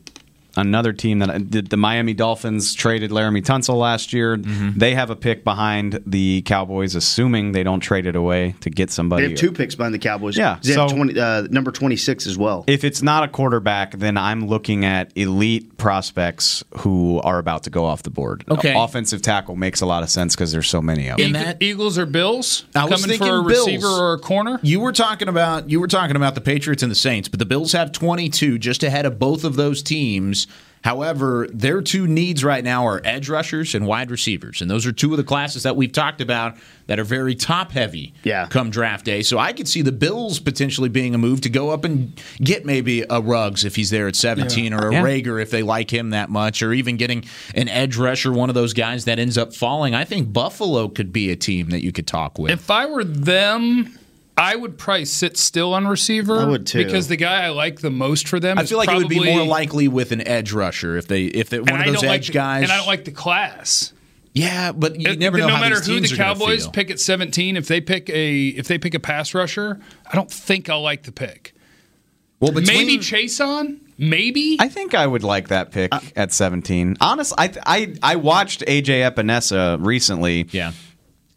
another team that I- did the Miami Dolphins traded Laramie Tunsil last year.
Mm-hmm.
They have a pick behind the Cowboys, assuming they don't trade it away to get
They
somebody.
have two picks behind the Cowboys.
Yeah,
they have
so-
20, uh, number twenty six as well.
If it's not a quarterback, then I'm looking at elite prospects who are about to go off the board.
Okay.
offensive tackle makes a lot of sense because there's so many of them.
In
Eag-
that-
Eagles or Bills
I was
coming
thinking
for a
Bills.
receiver or a corner.
You were talking about you were talking about the Patriots and the Saints, but the Bills have 22 just ahead of both of those teams. However, their two needs right now are edge rushers and wide receivers, and those are two of the classes that we've talked about that are very top heavy.
Yeah.
come draft day, so I could see the Bills potentially being a move to go up and get maybe a Ruggs if he's there at 17, or a
Yeah.
Rager if they like him that much, or even getting an edge rusher, one of those guys that ends up falling. I think Buffalo could be a team that you could talk with.
If I were them, I would probably sit still on receiver.
I would, too.
because the guy I like the most for them.
I
is
feel like it would be
probably-
more likely with an edge rusher if they if they, one
and I
of those
don't like
edge
the-
guys.
And I don't like the class.
yeah, but you
It-
never know
no
how
matter
these
who the
teams are gonna
Cowboys
feel.
pick at 17, if they pick a if they pick a pass rusher, I don't think I'll like the pick.
Well, between,
maybe Chase on, maybe.
I think I would like that pick
Uh,
at 17. Honestly, I, I I watched AJ Epinesa recently.
yeah.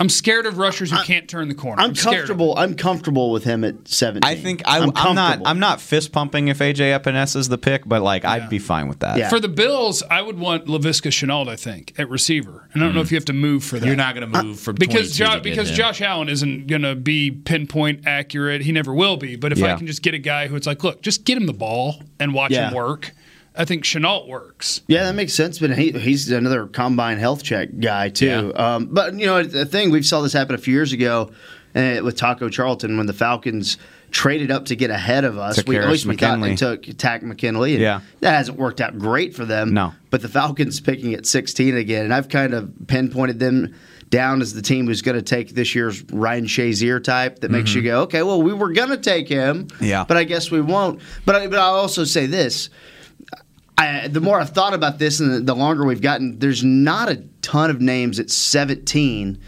I'm scared of rushers who can't turn the corner.
I'm
scared of
comfortable. I'm comfortable with him at seventeen.
I think I, I'm, not
comfortable.
I'm not fist pumping if AJ Epinesa is the pick, but like I'd be fine with that.
Yeah.
them. For the Bills, I would want Lavisca Chenault. I think at receiver. And I don't know if you have to move for that.
Mm. You're not going to move from 22
because
to
jo-
get
because
him.
Josh Allen isn't going to be pinpoint accurate. He never will be. But if
Yeah.
I can just get a guy who it's like, look, just get him the ball and watch
Yeah.
him work. I think Chenault works.
Yeah, that makes sense. But he, he's another combine health check guy too. Um, but you know, the thing we saw this happen a few years ago uh, with Taco Charlton when the Falcons traded up to get ahead of us.
Took
we at
Harris
least we thought they
McKinley.
took Tack McKinley. And
Yeah.
that hasn't worked out great for them.
No.
but the Falcons picking at 16 again, and I've kind of pinpointed them. Down as the team who's going to take this year's Ryan Shazier type that makes you go, okay, well, we were going to take him,
Mm-hmm. Yeah.
but I guess we won't. But I, but I'll also say this: I, the more I've thought about this and the, the longer we've gotten, there's not a ton of names at 17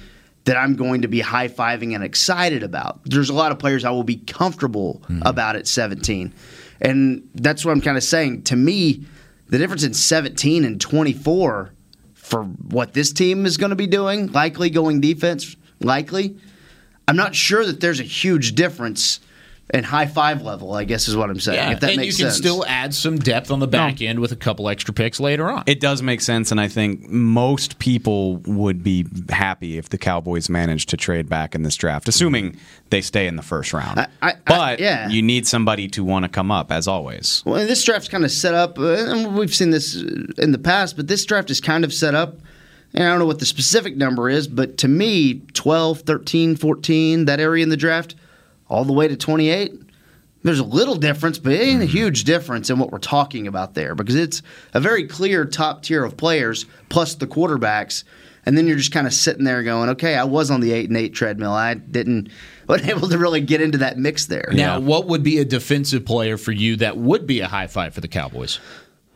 that I'm going to be high fiving and excited about. There's a lot of players I will be comfortable
Mm-hmm.
about at 17. And that's what I'm kind of saying. To me, the difference in 17 and 24 for what this team is going to be doing, likely going defense, likely, I'm not sure that there's a huge difference in high five level, I guess is what I'm saying. if that
and
makes
you can
sense.
still add some depth on the back end with a couple extra picks later on.
It does make sense, and I think most people would be happy if the Cowboys managed to trade back in this draft, assuming they stay in the first round.
I- I- I-
but
yeah.
you need somebody to want to come up, as always.
Well, and this draft's kind of set up, uh, and we've seen this uh, in the past, but this draft is kind of set up. And I don't know what the specific number is, but to me, 12, 13, 14, that area in the draft, all the way to 28, there's a little difference, but it ain't a huge difference in what we're talking about there because it's a very clear top tier of players plus the quarterbacks. And then you're just kind of sitting there going, okay, I was on the 8 and 8 treadmill. I didn't, wasn't able to really get into that mix there.
Now, what would be a defensive player for you that would be a high five for the Cowboys?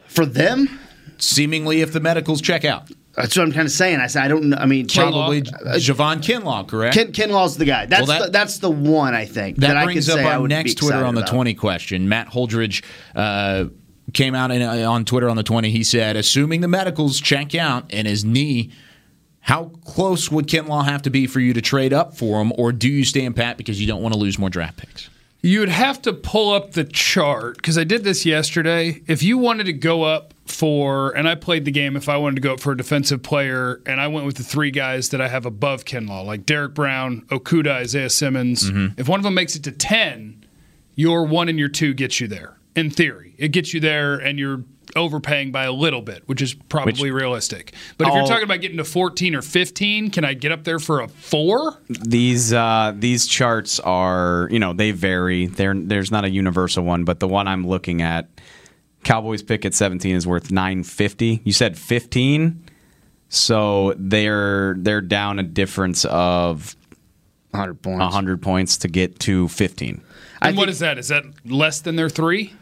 For them,
Seemingly, if the medicals check out,
That's what I'm kind of saying. I said I don't. know. I mean,
probably Javon Kinlaw, correct?
Ken Kinlaw's the guy. That's
Well, that-
the, that's the one I think
that,
I could
brings up
say I
our
would be
next Twitter
excited
on the
about.
20 question. Matt Holdridge uh, came out in, uh, on Twitter on the 20. He said, assuming the medicals check out and his knee, how close would Kinlaw have to be for you to trade up for him, or do you stand pat because you don't want to lose more draft picks?
You'd have to pull up the chart because I did this yesterday. If you wanted to go up for, and I played the game, if I wanted to go up for a defensive player, and I went with the three guys that I have above Kenlaw, like Derek Brown, Okuda, Isaiah Simmons, if one of them makes it to 10, your one and your two gets you there, in theory. It gets you there, and you're overpaying by a little bit, which is probably realistic. But if you're
I'll-
talking about getting to 14 or 15, can I get up there for a four?
These uh, these charts are, you know, they vary. they there's not a universal one, but the one I'm looking at, Cowboys pick at 17 is worth 950. You said 15, so they're they're down a difference of
100 points.
100 points to get to 15.
And what is that? Is that less than their three?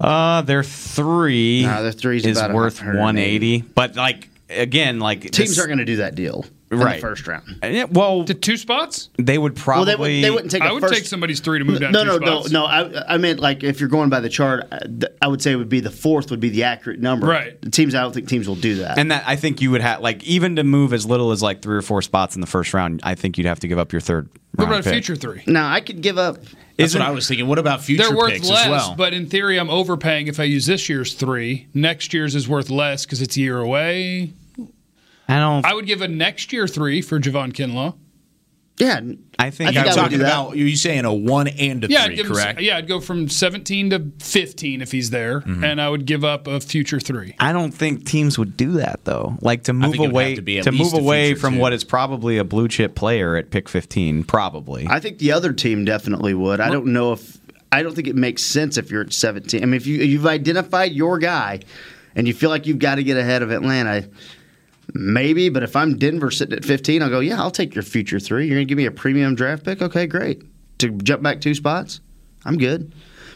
Uh, their three,
No, their three's
is
about
worth
180.
180. But like again, like
Teams aren't going to do that deal in the
Right.
first round.
gonna. Yeah, well,
To two spots?
they would probably.
Well, they would they wouldn't take.
I
a
would
first-
take somebody's three to move down
No,
two
no,
spots.
no, no. I, I meant like if you're going by the chart, uh, th- I would say it would be the fourth would be the accurate number.
Right.
The teams, I don't think teams will do that.
And that I think you would have like even to move as little as like three or four spots in the first round. I think you'd have to give up your third.
What
round
about a
pick.
future three?
now I could give up.
That's
Isn't-
what I was thinking. What about future
They're worth
picks
less,
as well?
but in theory, I'm overpaying if I use this year's three. Next year's is worth less because it's a year away.
I don't.
I would give a next year three for Javon Kinlaw.
Yeah.
I think
I
You're
would
talking
do that.
about you saying a one and a
Yeah, I'd
three,
give
correct?
Him, yeah, I'd go from 17 to 15 if he's there,
Mm-hmm.
and I would give up a future three.
I don't think teams would do that though. Like to move
think it would
away
have to be at
move
least a
away
future,
from
too.
what is probably a blue chip player at pick 15, probably.
I think the other team definitely would. I don't know if I don't think it makes sense if you're at 17. I mean, if you you've identified your guy and you feel like you've got to get ahead of Atlanta, maybe. But if I'm Denver sitting at 15, I'll go. Yeah, I'll take your future three. You're gonna give me a premium draft pick. Okay, great. To jump back two spots, I'm good.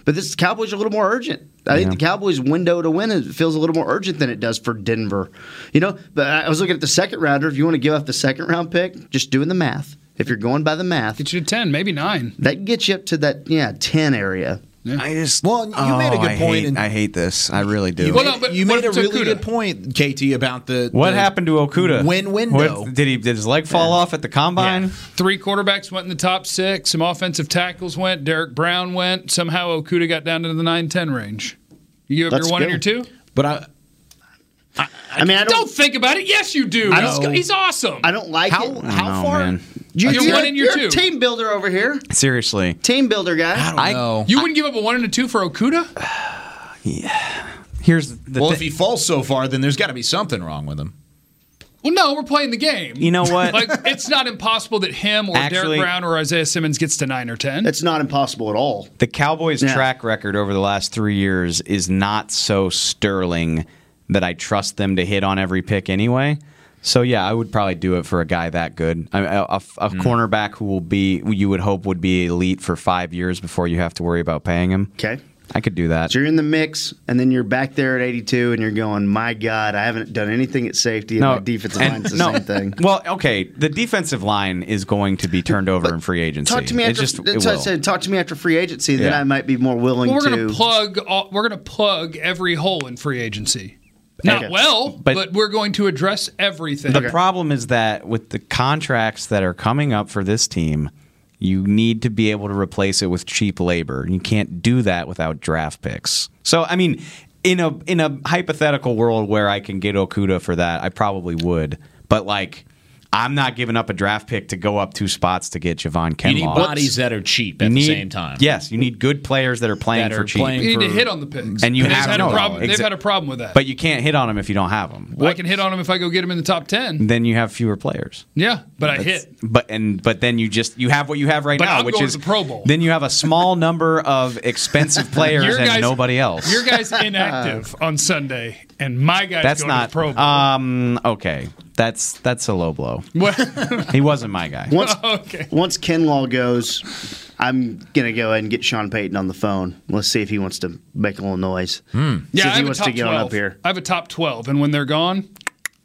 But this Cowboys are a little more urgent. I think the Cowboys' window to win is, feels a little more urgent than it does for Denver. You know, but I I was looking at the second rounder. If you want to give up the second round pick, just doing the math. If you're going by the math,
Get you to 10, maybe nine.
that gets you up to that yeah ten area.
I just Oh,
Well, you made a good
I
point
Hate,
and-
I hate this. I really do.
You
Well,
made,
no, but
you
what
made a
if
really
Okuda?
good point, KT, about the
What
the
happened to Okuda?
Win window.
What- did he did his leg fall off at the combine?
Three quarterbacks went in the top six. Some offensive tackles went. Derek Brown went. Somehow Okuda got down to the 9 10 range. You give up
Let's
your one and
go.
your two?
But I,
I mean, I
Don't
don't,
think about it. Yes, you do.
I
He's,
don't-
he's awesome.
I don't like
how
it.
how
Oh,
far?
man.
You're
You're-
one and your
you're
two.
a team builder over here.
Seriously.
Team builder guy.
I don't know.
you wouldn't give up a one and a two for Okuda?
here's the
Well,
thi-
if he falls so far, then there's got to be something wrong with him.
Well, no, we're playing the game.
You know what?
like, it's not impossible that him or
Actually-
Derek Brown or Isaiah Simmons gets to nine or ten.
It's not impossible at all.
The Cowboys'
Yeah.
track record over the last three years is not so sterling that I trust them to hit on every pick anyway. So yeah, I would probably do it for a guy that good, I- a, a- a
Mm.
cornerback who will be who you would hope would be elite for five years before you have to worry about paying him.
Okay.
I could do that.
So you're in the mix, and then you're back there at 82, and you're going, "My God, I haven't done anything at safety, and my defensive
and-
line's the
no.
same thing."
Well, okay, the defensive line is going to be turned over in free agency.
Talk to me
It
after.
just- it
that's what I
will.
said. Talk to me after free agency, then
Yeah.
I might be more willing
well, we're
to.
gonna plug. All, we're gonna plug every hole in free agency. Not
Okay.
well,
But-
but, we're going to address everything.
The problem is that with the contracts that are coming up for this team, you need to be able to replace it with cheap labor. You can't do that without draft picks. So, I mean, in a in a hypothetical world where I can get Okuda for that, I probably would. But like, I'm not giving up a draft pick to go up two spots to get Javon Kenlaw.
You need bodies that are cheap
You
at
need-
the same time.
Yes, you need good players that are playing
That
for
are
cheap.
playing-
you need to
for-
hit on the picks,
And you
They've
have
had
no,
a problem.
exa-
They've had a problem with that.
But you can't hit on them if you don't have them.
I can hit on them if I go get them in the top ten.
Then you have fewer players.
Yeah, but I hit.
But and but then you just you have what you have right
But
now,
I'm
which
going
is
to the Pro Bowl.
Then you have a small number of expensive players
Your
and
guys-
nobody else.
Your guy's inactive on Sunday, and my guy's
that's
going
not
to the Pro Bowl.
um okay. That's that's a low blow.
Well,
He wasn't my guy.
once
okay.
once Kinlaw goes, I'm gonna go ahead and get Sean Payton on the phone. Let's see if he wants to make a little noise. See if
Yeah, I
he
have a
wants
top
to get on
12.
up here.
I have a top 12, and when they're gone,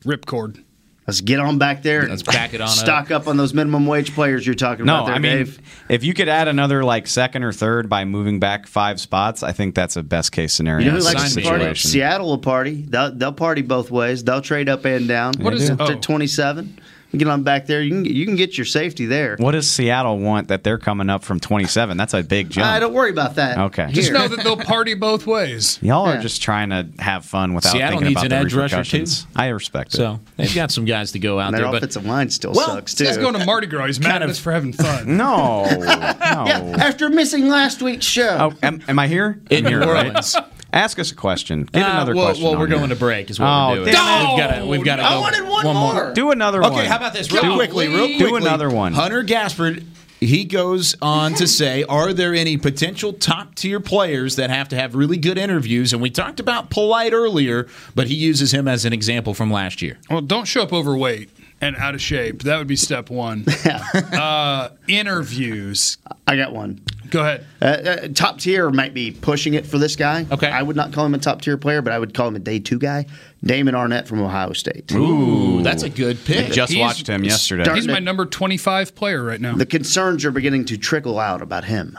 ripcord.
Let's get on back there.
Let's back it on up.
Stock up. on those minimum wage players you're talking
No,
about. There,
I mean
Dave.
if you could add another like second or third by moving back five spots, I think that's a best case scenario.
You know who
in
likes
this
to party?
situation.
Seattle will party. They'll, they'll party both ways. They'll trade up and down.
What is
do.
it?
Up to
Oh.
27. Get on back there. You can you can get your safety there.
What does Seattle want that they're coming up from 27? That's a big jump.
I don't worry about that.
Okay.
Just
Here.
know that they'll party both ways.
Y'all are
Yeah.
just trying to have fun without
Seattle
thinking
needs
about
an
the
edge rusher,
repercussions.
too.
I respect it.
So they've got some guys to go out
And their
there, but
offensive line still sucks too.
He's going to Mardi Gras. He's mad
Kind
at
of-
us for having fun.
No, no.
yeah, after missing last week's show.
Oh, am, am I here?
In
I'm here,
New
right?
Orleans.
Ask us a question. Get
Uh,
another
well,
question.
well,
on
we're
here.
going to break. Is what
Oh,
we're doing.
damn
We've got to. We've got to.
I
go
wanted one more.
Do another
Okay,
one.
how about this? Real quickly, real
Do
quickly.
another one.
Hunter Gaspard, he goes on to say, Are there any potential top tier players that have to have really good interviews? And we talked about Polite earlier, but he uses him as an example from last year.
Well, don't show up overweight and out of shape. That would be step one. uh, interviews.
I got one.
Go ahead.
Uh, uh, top tier might be pushing it for this guy.
Okay.
I would not call him a top tier player, but I would call him a day two guy. Damon Arnett from Ohio State.
Ooh, that's a good pick.
Just
He's-
watched him yesterday.
Darn
He's my number 25 player right now.
The concerns are beginning to trickle out about him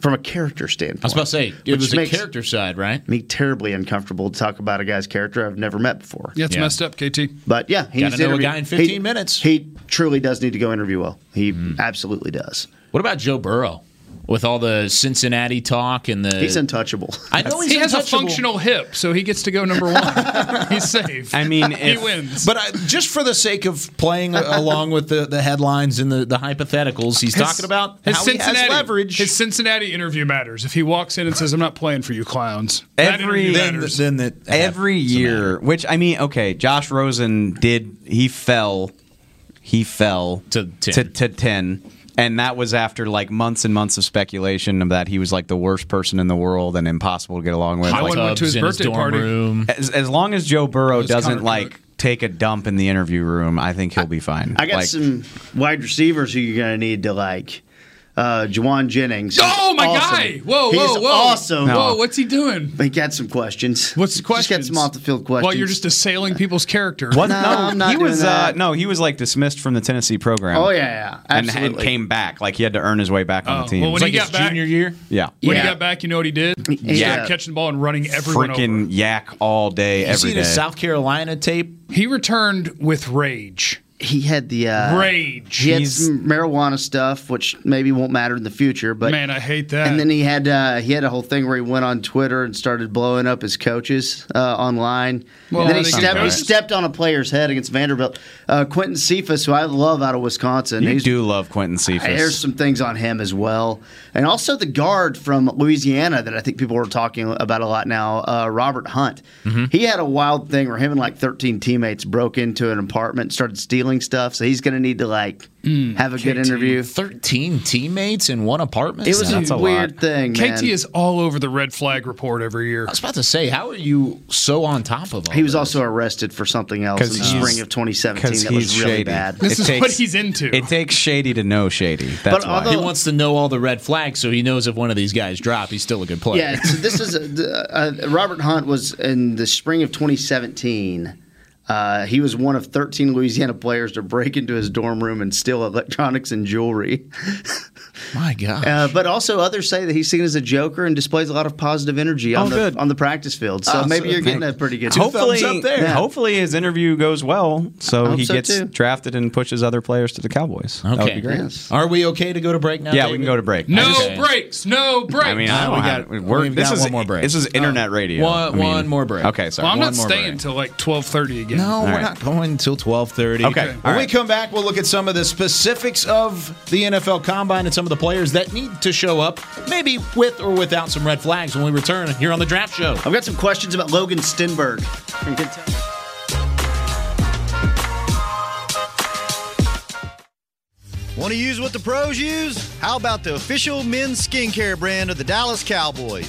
from a character standpoint.
Mm-hmm. I was about to say, it
which
was the
makes
character side, right?
Me terribly uncomfortable to talk about a guy's character I've never met before.
yeah, it's
Yeah.
messed up, KT.
But yeah, he
Gotta
needs to
know a
interview-
guy in 15
he-
minutes. Mm-hmm.
He truly does need to go interview well. He absolutely does.
What about Joe Burrow with all the Cincinnati talk and the.
He's untouchable.
I know Oh, he's
He has a
untouchable,
functional hip, so he gets to go number one. he's safe.
I mean,
he
if-
wins.
But I, just for the sake of playing along with the, the headlines and the, the hypotheticals, he's talking about
his
how
Cincinnati
he has leverage.
His Cincinnati interview matters. If he walks in and says, "I'm not playing for you, clowns," that
Every-
interview
then,
matters.
then that
Every year, which I mean, okay, Josh Rosen did. He fell. He fell
To 10.
to, to ten, and that was after like months and months of speculation of that he was like the worst person in the world and impossible to get along with.
No
Like,
one went to his
in
birthday
dorm
party.
room.
as, as long as Joe Burrow
was
doesn't
Connor
like
Cook.
take a dump in the interview room, I think he'll be fine.
I got
Like,
some wide receivers who you're going to need to like. Uh, Juwan Jennings.
oh my
Awesome.
guy! Whoa,
He's
whoa, whoa!
awesome.
Whoa, what's he doing?
He got some questions.
What's the question?
Just got some off the field questions.
Well, you're just assailing people's character.
What?
No, I'm not
he
doing
was
that.
Uh, no, he was like dismissed from the Tennessee program.
Oh yeah, yeah,
and, and
absolutely.
came back. Like he had to earn his way back on
Oh,
the team.
well, when
It's
he
like
got back,
junior year.
yeah,
when
Yeah.
he got back, you know what he did? He
Yeah.
started catching the ball and running everyone
freaking
over.
yak all day
You
every
seen
day.
his South Carolina tape?
He returned with rage.
he had the uh,
Rage.
He had
He's-
some marijuana stuff, which maybe won't matter in the future. But
Man, I hate that.
And then he had uh, he had a whole thing where he went on Twitter and started blowing up his coaches uh, online.
Well,
and then he
they can
stepped, he
coach.
stepped on a player's head against Vanderbilt. Uh, Quentin Cephas, who I love out of Wisconsin,
You
he's
do love Quentin
there's
Cephas.
some things on him as well, and also the guard from Louisiana that I think people are talking about a lot now, uh, Robert Hunt.
Mm-hmm.
He had a wild thing where him and like 13 teammates broke into an apartment, and started stealing stuff. So he's going to need to like have a good interview.
Thirteen teammates in one apartment.
It was
That's
a,
a lot.
weird thing. Man.
KT is all over the red flag report every year.
I was about to say, how are you so on top of all
He was
this?
also arrested for something else in
'Cause
the
he's-
spring of 2017
Because
that was
he's
really
shady.
bad.
This
It
is what he's into.
It takes shady to know shady. That's
But
why.
He
although-
wants to know all the red flags, so he knows if one of these guys drop, he's still a good player.
Yeah, so this is uh, uh, Robert Hunt was in the spring of 2017. Uh, he was one of 13 Louisiana players to break into his dorm room and steal electronics and jewelry.
My God.
Uh, but also, others say that he's seen as a joker and displays a lot of positive energy on
Oh,
the
good.
on the practice field. So
Oh,
maybe
so
you're getting a
thank-
pretty good.
hopefully,
Yeah.
hopefully his interview goes well,
I
so
hope
he
so,
gets
too.
drafted and pushes other players to the Cowboys. That would
okay.
be great.
Yes.
Are we okay to go to break now?
Yeah, we can
David?
go to break.
No
Okay.
breaks. No breaks.
I mean, I don't
we
have,
got-
we're,
we've
this
got
is
one more break.
This is internet
Uh,
radio.
One-
I mean-
one more break.
Okay, sorry.
well, I'm not
One more
staying
break.
till like 12:30 again.
No, we're
right.
not going until 12:30.
Okay, all
When we
right.
come back, we'll look at some of the specifics of the NFL Combine and some of the players that need to show up, maybe with or without some red flags when we return here on the Draft Show.
I've got some questions about Logan Stenberg. from Kentucky.
Want to use what the pros use? How about the official men's skincare brand of the Dallas Cowboys,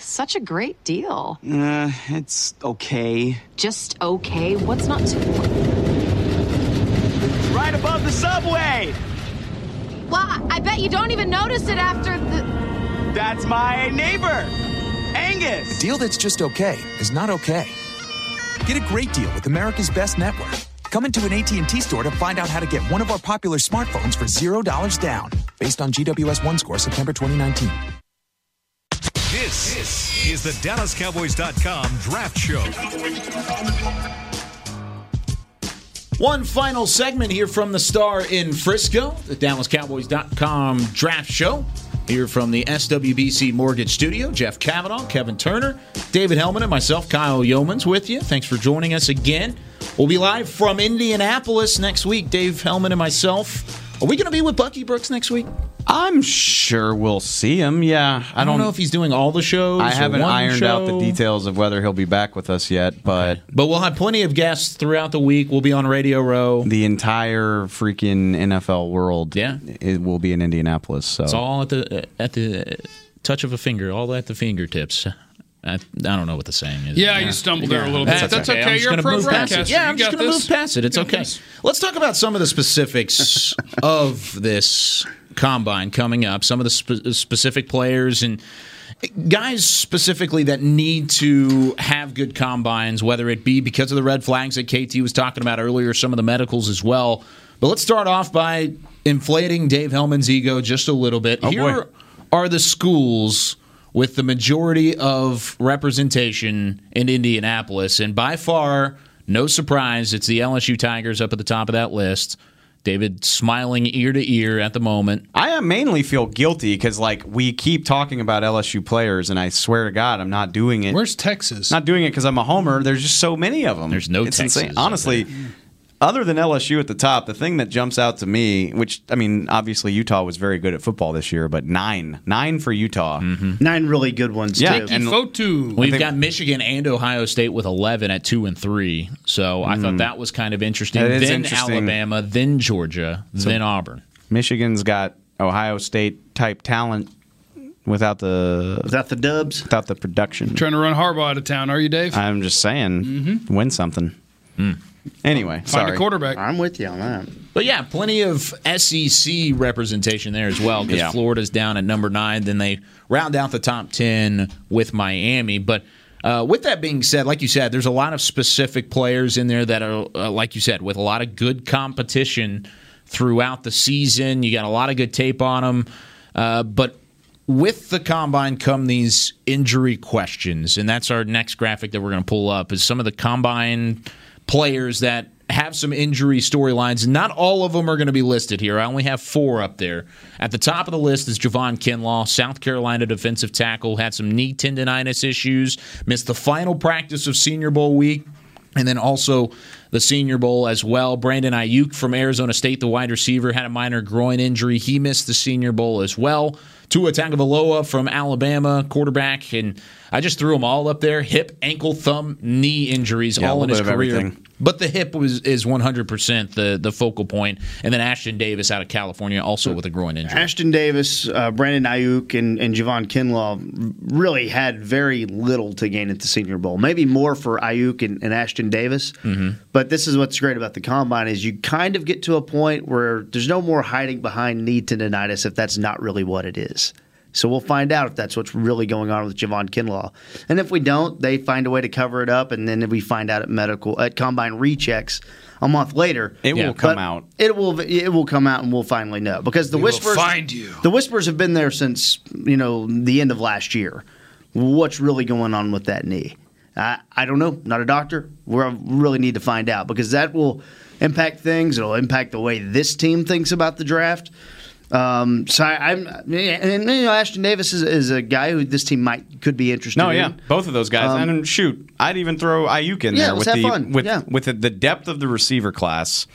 Such a great deal.
It's okay.
Just okay. What's not to.
Right above the subway.
Why? I bet you don't even notice it after the.
That's my neighbor, Angus.
Deal that's just okay is not okay. Get a great deal with America's best network. Come into an AT&T store to find out how to get one of our popular smartphones for $0 down based on GWS One score September 2019.
This, this is the DallasCowboys.com draft show.
One final segment here from the star in Frisco, the DallasCowboys.com draft show. Here from the SWBC Mortgage Studio, Jeff Kavanaugh, Kevin Turner, David Hellman, and myself, Kyle Yeomans, with you. Thanks for joining us again. We'll be live from Indianapolis next week. Dave Hellman and myself. Are we going to be with Bucky Brooks next week?
I'm sure we'll see him. Yeah,
I don't know if he's doing all the shows.
Um, I
or
haven't
one
ironed out the
show.
details of whether he'll be back with us yet, but
But we'll have plenty of guests throughout the week. We'll be on Radio Row.
the entire freaking NFL world,
Yeah.
it will be in Indianapolis. So
It's all at the uh, at the touch of a finger, all at the fingertips. I, I don't know what the saying is.
Yeah, you stumbled there a little bit.
That's,
That's,
okay.
okay.
I'm just
You're a
gonna
pro
move past it.
broadcaster.
Yeah,
You
I'm just
got
going to
this.
move past it. It's
You got
okay.
this.
Let's talk about some of the specifics of this combine coming up. Some of the spe- specific players and guys specifically that need to have good combines, whether it be because of the red flags that KT was talking about earlier, some of the medicals as well. But let's start off by inflating Dave Hellman's ego just a little bit. Here are the schools with the majority of representation in Indianapolis. And by far, no surprise, it's the LSU Tigers up at the top of that list. David smiling ear to ear at the moment.
I uh, mainly feel guilty because like we keep talking about LSU players, and I swear to God, I'm not doing it.
Where's Texas?
Not doing it because I'm a homer. There's just so many of them.
There's no
it's
Texas
Insane.
out
Honestly, other than LSU at the top, the thing that jumps out to me, which I mean, obviously Utah was very good at football this year, but nine, nine for Utah.
Mm-hmm.
Nine really good ones,
Yeah,
too.
and-
Fotu.
We've got Michigan and Ohio State with 11 at 2 and 3. So I thought that was kind of interesting.
Mm. That is
Then
interesting.
Alabama, then Georgia, then Auburn.
Michigan's got Ohio State type talent without the
Is that the dubs?
without the production.
Trying to run Harbaugh out of town, are you, Dave?
I'm just saying,
Mm-hmm.
win something.
Mm.
Anyway,
Find
sorry.
a quarterback.
I'm with you on that.
But yeah, plenty of SEC representation there as well because
Yeah.
Florida's down at number nine. Then they round out the top 10 with Miami. But uh, with that being said, like you said, there's a lot of specific players in there that are, uh, like you said, with a lot of good competition throughout the season. You got a lot of good tape on them. Uh, but with the combine come these injury questions, and that's our next graphic that we're going to pull up. Is some of the combine players that have some injury storylines. Not all of them are going to be listed here. I only have four up there. At the top of the list is Javon Kinlaw, South Carolina defensive tackle, had some knee tendonitis issues, missed the final practice of Senior Bowl week. And then also the Senior Bowl as well. Brandon Ayuk from Arizona State, the wide receiver, had a minor groin injury. He missed the Senior Bowl as well. Tua Tagovailoa from Alabama, quarterback, and I just threw them all up there: hip, ankle, thumb, knee injuries,
Yeah, a
all in
little
his
bit of
career.
everything.
But the hip was is 100% the the focal point, and then Ashton Davis out of California, also with a groin injury.
Ashton Davis, uh, Brandon Ayuk, and, and Javon Kinlaw really had very little to gain at the Senior Bowl. Maybe more for Ayuk and, and Ashton Davis.
Mm-hmm.
But this is what's great about the combine is you kind of get to a point where there's no more hiding behind knee tendonitis if that's not really what it is. So we'll find out if that's what's really going on with Javon Kinlaw, and if we don't, they find a way to cover it up, and then we find out at medical at combine rechecks a month later.
It will come
But
out.
It will it will come out, and we'll finally know because the
We will
whispers
find you.
the whispers have been there since you know the end of last year. What's really going on with that knee? I, I don't know. Not a doctor. We really need to find out because that will impact things. It'll impact the way this team thinks about the draft. Um, so I, I'm and, and, you know Ashton Davis is, is a guy who this team might could be interested.
No,
in.
yeah, both of those guys.
Um,
and shoot, I'd even throw Ayuk in
Yeah,
there
let's
with
have
the
fun.
with
Yeah.
with the, the depth of the receiver class.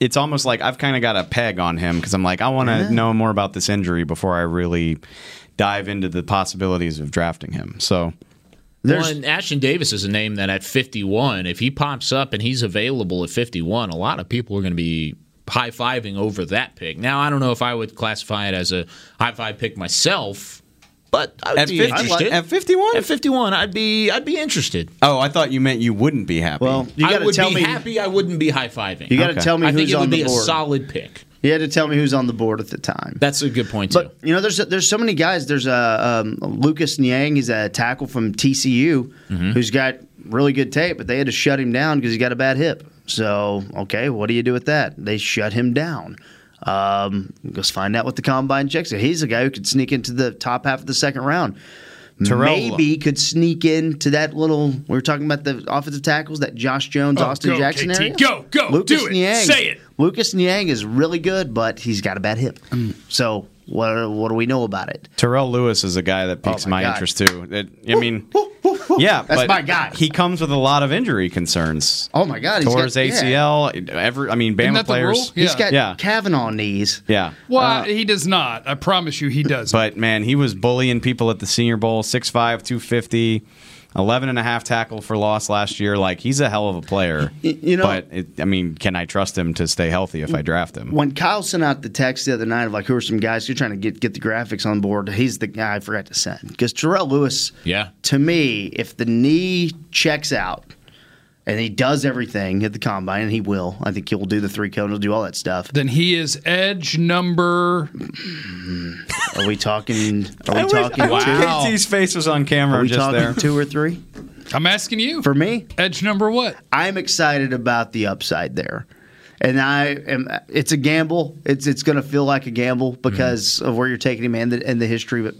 It's almost like I've kind of got a peg on him because I'm like, I want to know more about this injury before I really dive into the possibilities of drafting him. So
There's-
One, Ashton Davis is a name that at 51, if he pops up and he's available at 51, a lot of people are going to be high fiving over that pick. Now, I don't know if I would classify it as a high five pick myself, but I would
At
be
50
interested.
at 51?
At 51, I'd be I'd be interested.
Oh, I thought you meant you wouldn't be happy.
well, you got
I
to
would
tell
be
me.
happy. I wouldn't be high fiving.
You got to tell me
I
who's
think it
on
would be
the
a
board.
solid pick.
you had to tell me who's on the board at the time.
That's a good point too.
But you know, there's there's so many guys. There's uh, um, Lucas Niang. He's a tackle from TCU who's got really good tape, but they had to shut him down because he got a bad hip. So okay, what do you do with that? They shut him down. Um, let's find out what the combine checks. are. He's a guy who could sneak into the top half of the second round. Maybe could sneak into that little. We were talking about the offensive tackles, that Josh Jones,
Oh,
Austin
go,
Jackson
KT,
area.
go, go,
Lucas
do it,
Niang.
say it.
Lucas Niang is really good, but he's got a bad hip. So what what do we know about it?
Terrell Lewis is a guy that piques
Oh my
my,
God.
interest too. It- I mean, yeah,
That's
but
my guy.
He comes with a lot of injury concerns.
Oh my God, he's
Towards
got- yeah.
ACL. Every, I mean,
Isn't
Bama
that the
players.
rule?
He's got
Yeah.
Kavanaugh knees.
Yeah.
Well, he does not. I promise you, he does.
But man, he was bullying people at the Senior Bowl 6'5, 250, 11 and a half tackle for loss last year. Like, he's a hell of a player.
Y- you know-
but it, I mean, can I trust him to stay healthy if I draft him?
When Kyle sent out the text the other night of like, who are some guys you're trying to get get the graphics on board? He's the guy I forgot to send because Terrell Lewis.
Yeah.
To me, if the knee checks out and he does everything at the combine, and he will, I think he will do the three cone, he'll do all that stuff.
then he is edge number.
Are we talking? Are we
I wish-
talking?
I wish
two?
KT's face was on camera
Are we
just
talking
there.
two or three?
I'm asking you.
For me,
edge number what?
I'm excited about the upside there. And I am. It's a gamble. It's it's going to feel like a gamble
Mm-hmm.
because of where you're taking him and the, and the history. But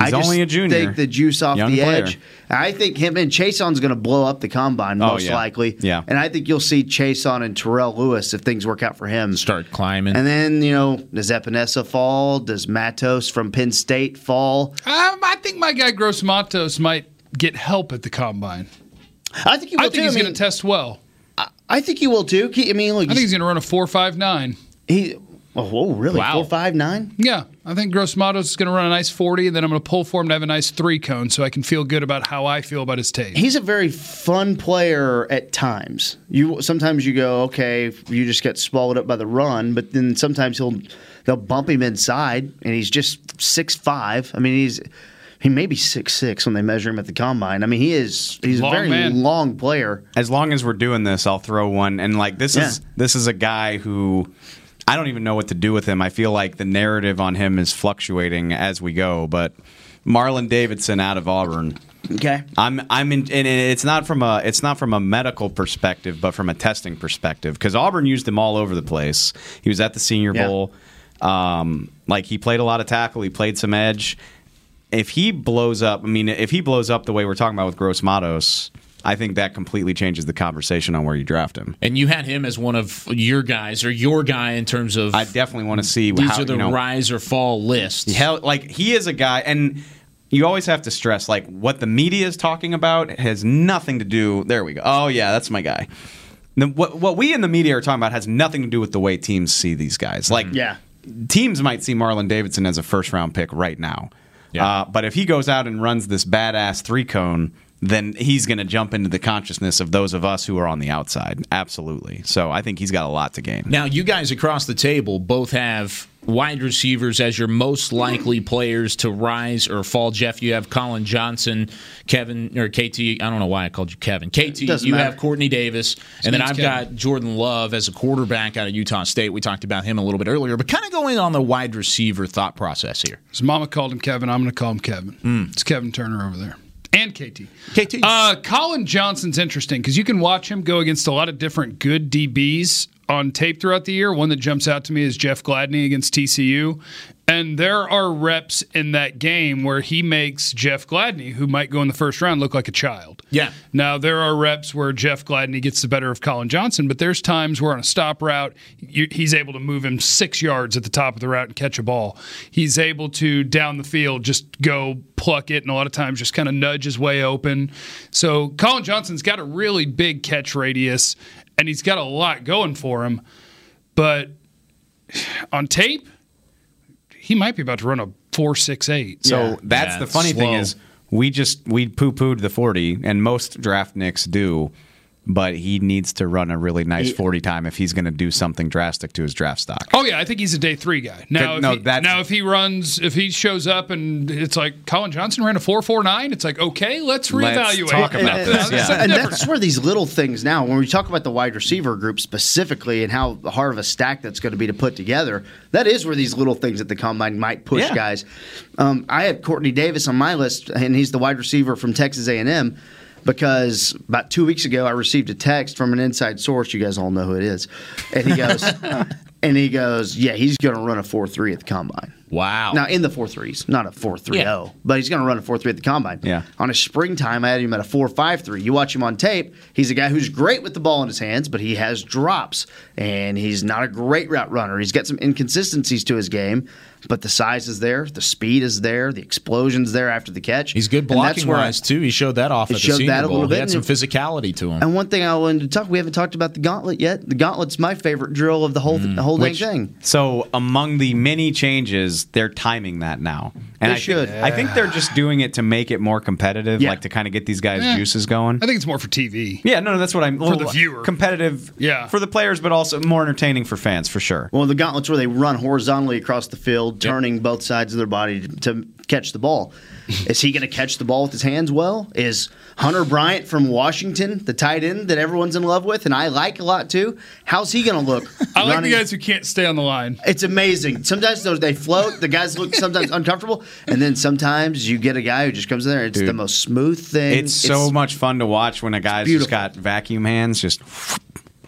I
He's
just
only a junior.
think the juice off
Young
the
player.
edge. I think him and Chaseon's going to blow up the combine
Oh,
most
yeah.
likely.
Yeah.
And I think you'll see Chaseon and Terrell Lewis if things work out for him.
Start climbing.
And then you know, does Epinesa fall? Does Matos from Penn State fall?
Um, I think my guy Gross Matos might get help at the combine.
I think he will
I think
too.
he's
I mean,
going to test well.
I think he will too. He- I mean, look,
I think he's going to run a four five nine.
he. Oh, whoa, really?
Wow.
Four, five, nine.
Yeah, I think Gross Matos is going to run a nice forty, and then I'm going to pull for him to have a nice three cone, so I can feel good about how I feel about his tape.
He's a very fun player at times. You sometimes you go, okay, you just get swallowed up by the run, but then sometimes he'll they'll bump him inside, and he's just six five. I mean, he's he may be six six when they measure him at the combine. I mean, he is he's
Long
a very
man.
long player.
as long as we're doing this, I'll throw one. And like this is
Yeah.
this is a guy who I don't even know what to do with him. I feel like the narrative on him is fluctuating as we go. But Marlon Davidson out of Auburn.
Okay,
I'm I'm in, and it's not from a it's not from a medical perspective, but from a testing perspective because Auburn used him all over the place. He was at the Senior
Yeah.
Bowl. Um, like he played a lot of tackle. He played some edge. If he blows up, I mean, if he blows up the way we're talking about with Gross Matos, I think that completely changes the conversation on where you draft him.
And you had him as one of your guys or your guy in terms of
I definitely want to see
these
how
are the
you know,
rise or fall lists.
Hell, like he is a guy, and you always have to stress like what the media is talking about has nothing to do. There we go. Oh yeah, that's my guy. The- What what we in the media are talking about has nothing to do with the way teams see these guys. Like
yeah,
teams might see Marlon Davidson as a first round pick right now,
Yeah.
uh, but if he goes out and runs this badass three cone. Then he's going to jump into the consciousness of those of us who are on the outside. Absolutely. So I think he's got a lot to gain.
Now, you guys across the table both have wide receivers as your most likely players to rise or fall. Jeff, you have Colin Johnson, Kevin, or KT. I don't know why I called you Kevin. KT,
Doesn't
you
matter.
have Courtney Davis. and then
name's
I've
Kevin.
got Jordan Love as a quarterback out of Utah State. We talked about him a little bit earlier, but kind of going on the wide receiver thought process here.
His mama called him Kevin. I'm going to call him Kevin. It's Kevin Turner over there. And KT.
KT.
Uh, Colin Johnson's interesting because you can watch him go against a lot of different good DBs on tape throughout the year. One that jumps out to me is Jeff Gladney against TCU. And there are reps in that game where he makes Jeff Gladney, who might go in the first round, look like a child.
Yeah.
Now there are reps where Jeff Gladney gets the better of Colin Johnson, but there's times where on a stop route you, he's able to move him six yards at the top of the route and catch a ball. He's able to down the field just go pluck it, and a lot of times just kind of nudge his way open. So Colin Johnson's got a really big catch radius, and he's got a lot going for him. But on tape, he might be about to run a four six eight. So
So that's
Yeah,
the
it's
funny thing
slow.
is we just we poo pooed the forty, and most draft nicks do. But he needs to run a really nice forty time if he's going to do something drastic to his draft stock.
Oh yeah, I think he's a day three guy. Now, if
no,
he,
that's-
now if he runs, if he shows up and it's like Colin Johnson ran a four four nine, it's like okay, let's reevaluate.
talk about
Now,
this,
that's
yeah.
something
and
different.
that's where these little things now, when we talk about the wide receiver group specifically and how hard of a stack that's going to be to put together, that is where these little things at the combine might push
Yeah.
guys. Um, I had Courtney Davis on my list, and he's the wide receiver from Texas A&M. Because about two weeks ago, I received a text from an inside source. You guys all know who it is, and he goes, and he goes, yeah, he's going to run a four three at the combine.
wow.
Now in the four threes, not a four three
Yeah.
zero, but he's going to run a four three at the combine.
Yeah.
On his springtime, I had him at a four five three. You watch him on tape; he's a guy who's great with the ball in his hands, but he has drops, and he's not a great route runner. He's got some inconsistencies to his game, but the size is there, the speed is there, the explosion's there after the catch.
He's good
And that's
blocking
where I-
wise, too. He showed that off
He
at the
showed
Senior
that a
Bowl.
little
He
bit,
had some
and it-
physicality to him.
And one thing I wanted to talk—we haven't talked about the gauntlet yet. The gauntlet's my favorite drill of the whole
Mm.
the whole dang
Which-
thing.
So among the many changes, they're timing that now. And
They
I think-
should.
I think they're just doing it to make it more competitive,
Yeah.
like to kind of get these guys'
Yeah.
juices going.
I think it's more for TV.
yeah, no, no, that's what I'm
For the viewer.
competitive,
Yeah.
for the players, but also more entertaining for fans for sure.
Well, the gauntlets where they run horizontally across the field, turning both sides of their body to, to catch the ball. Is he going to catch the ball with his hands well? Is Hunter Bryant from Washington, the tight end that everyone's in love with and I like a lot too, how's he going to look?
I like the
running-
guys who can't stay on the line.
It's amazing. Sometimes those they float. The guys look sometimes uncomfortable, and then sometimes you get a guy who just comes in there. It's the most smooth thing.
It's so much fun to watch when a guy's just
beautiful.
got vacuum hands, just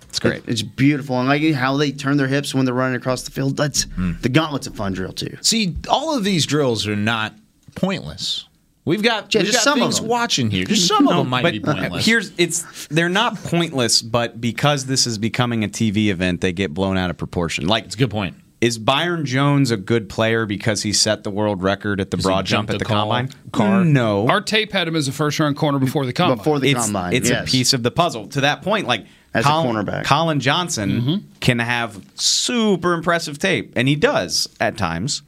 It's great.
It- it's beautiful, and like how they turn their hips when they're running across the field. That's the gauntlet's a fun drill too.
See, all of these drills are not pointless. We've got,
Yeah,
we've
just
got
some of
things
them. uh,
watching here. Just some of them might
but
be pointless.
here's it's they're not pointless, but because this is becoming a TV event, they get blown out of proportion. Like
it's a good point.
Is Byron Jones a good player because he set the world record at the
Because he
broad jump
jumped
at
the
the
call-
combine?
car.
No,
Our tape had him as a first round corner before the combine.
Before the
it's,
combine,
It's
yes.
a piece of the puzzle. To that point, like
As a
Colin,
cornerback.
Colin Johnson
Mm-hmm.
can have super impressive tape, and he does at times.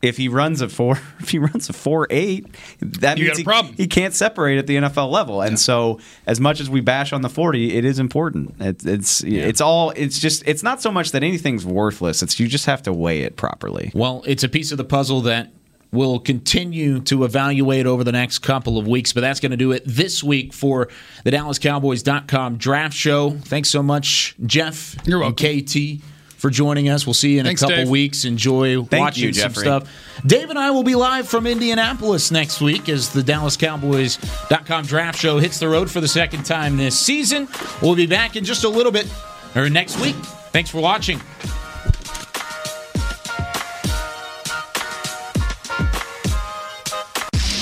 If he runs a four, if he runs a four eight, that
You
means
got a
he,
problem.
he can't separate at the NFL level. And so, as much as we bash on the forty, it is important. It, it's it's all. It's just. It's not so much that anything's worthless. It's you just have to weigh it properly.
Well, it's a piece of the puzzle that we'll continue to evaluate over the next couple of weeks, but that's going to do it this week for the DallasCowboys.com draft show. Thanks so much, Jeff
You're
and
welcome.
KT. For joining us, we'll see you in
Thanks,
a couple
Dave.
weeks. Enjoy
Thank
watching
you,
some
Jeffrey.
stuff. Dave and I will be live from Indianapolis next week as the DallasCowboys.com draft show hits the road for the second time this season. We'll be back in just a little bit or next week. Thanks for watching.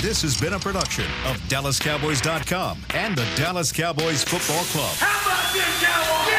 This has been a production of DallasCowboys.com and the Dallas Cowboys Football Club.
How about this, Cowboys?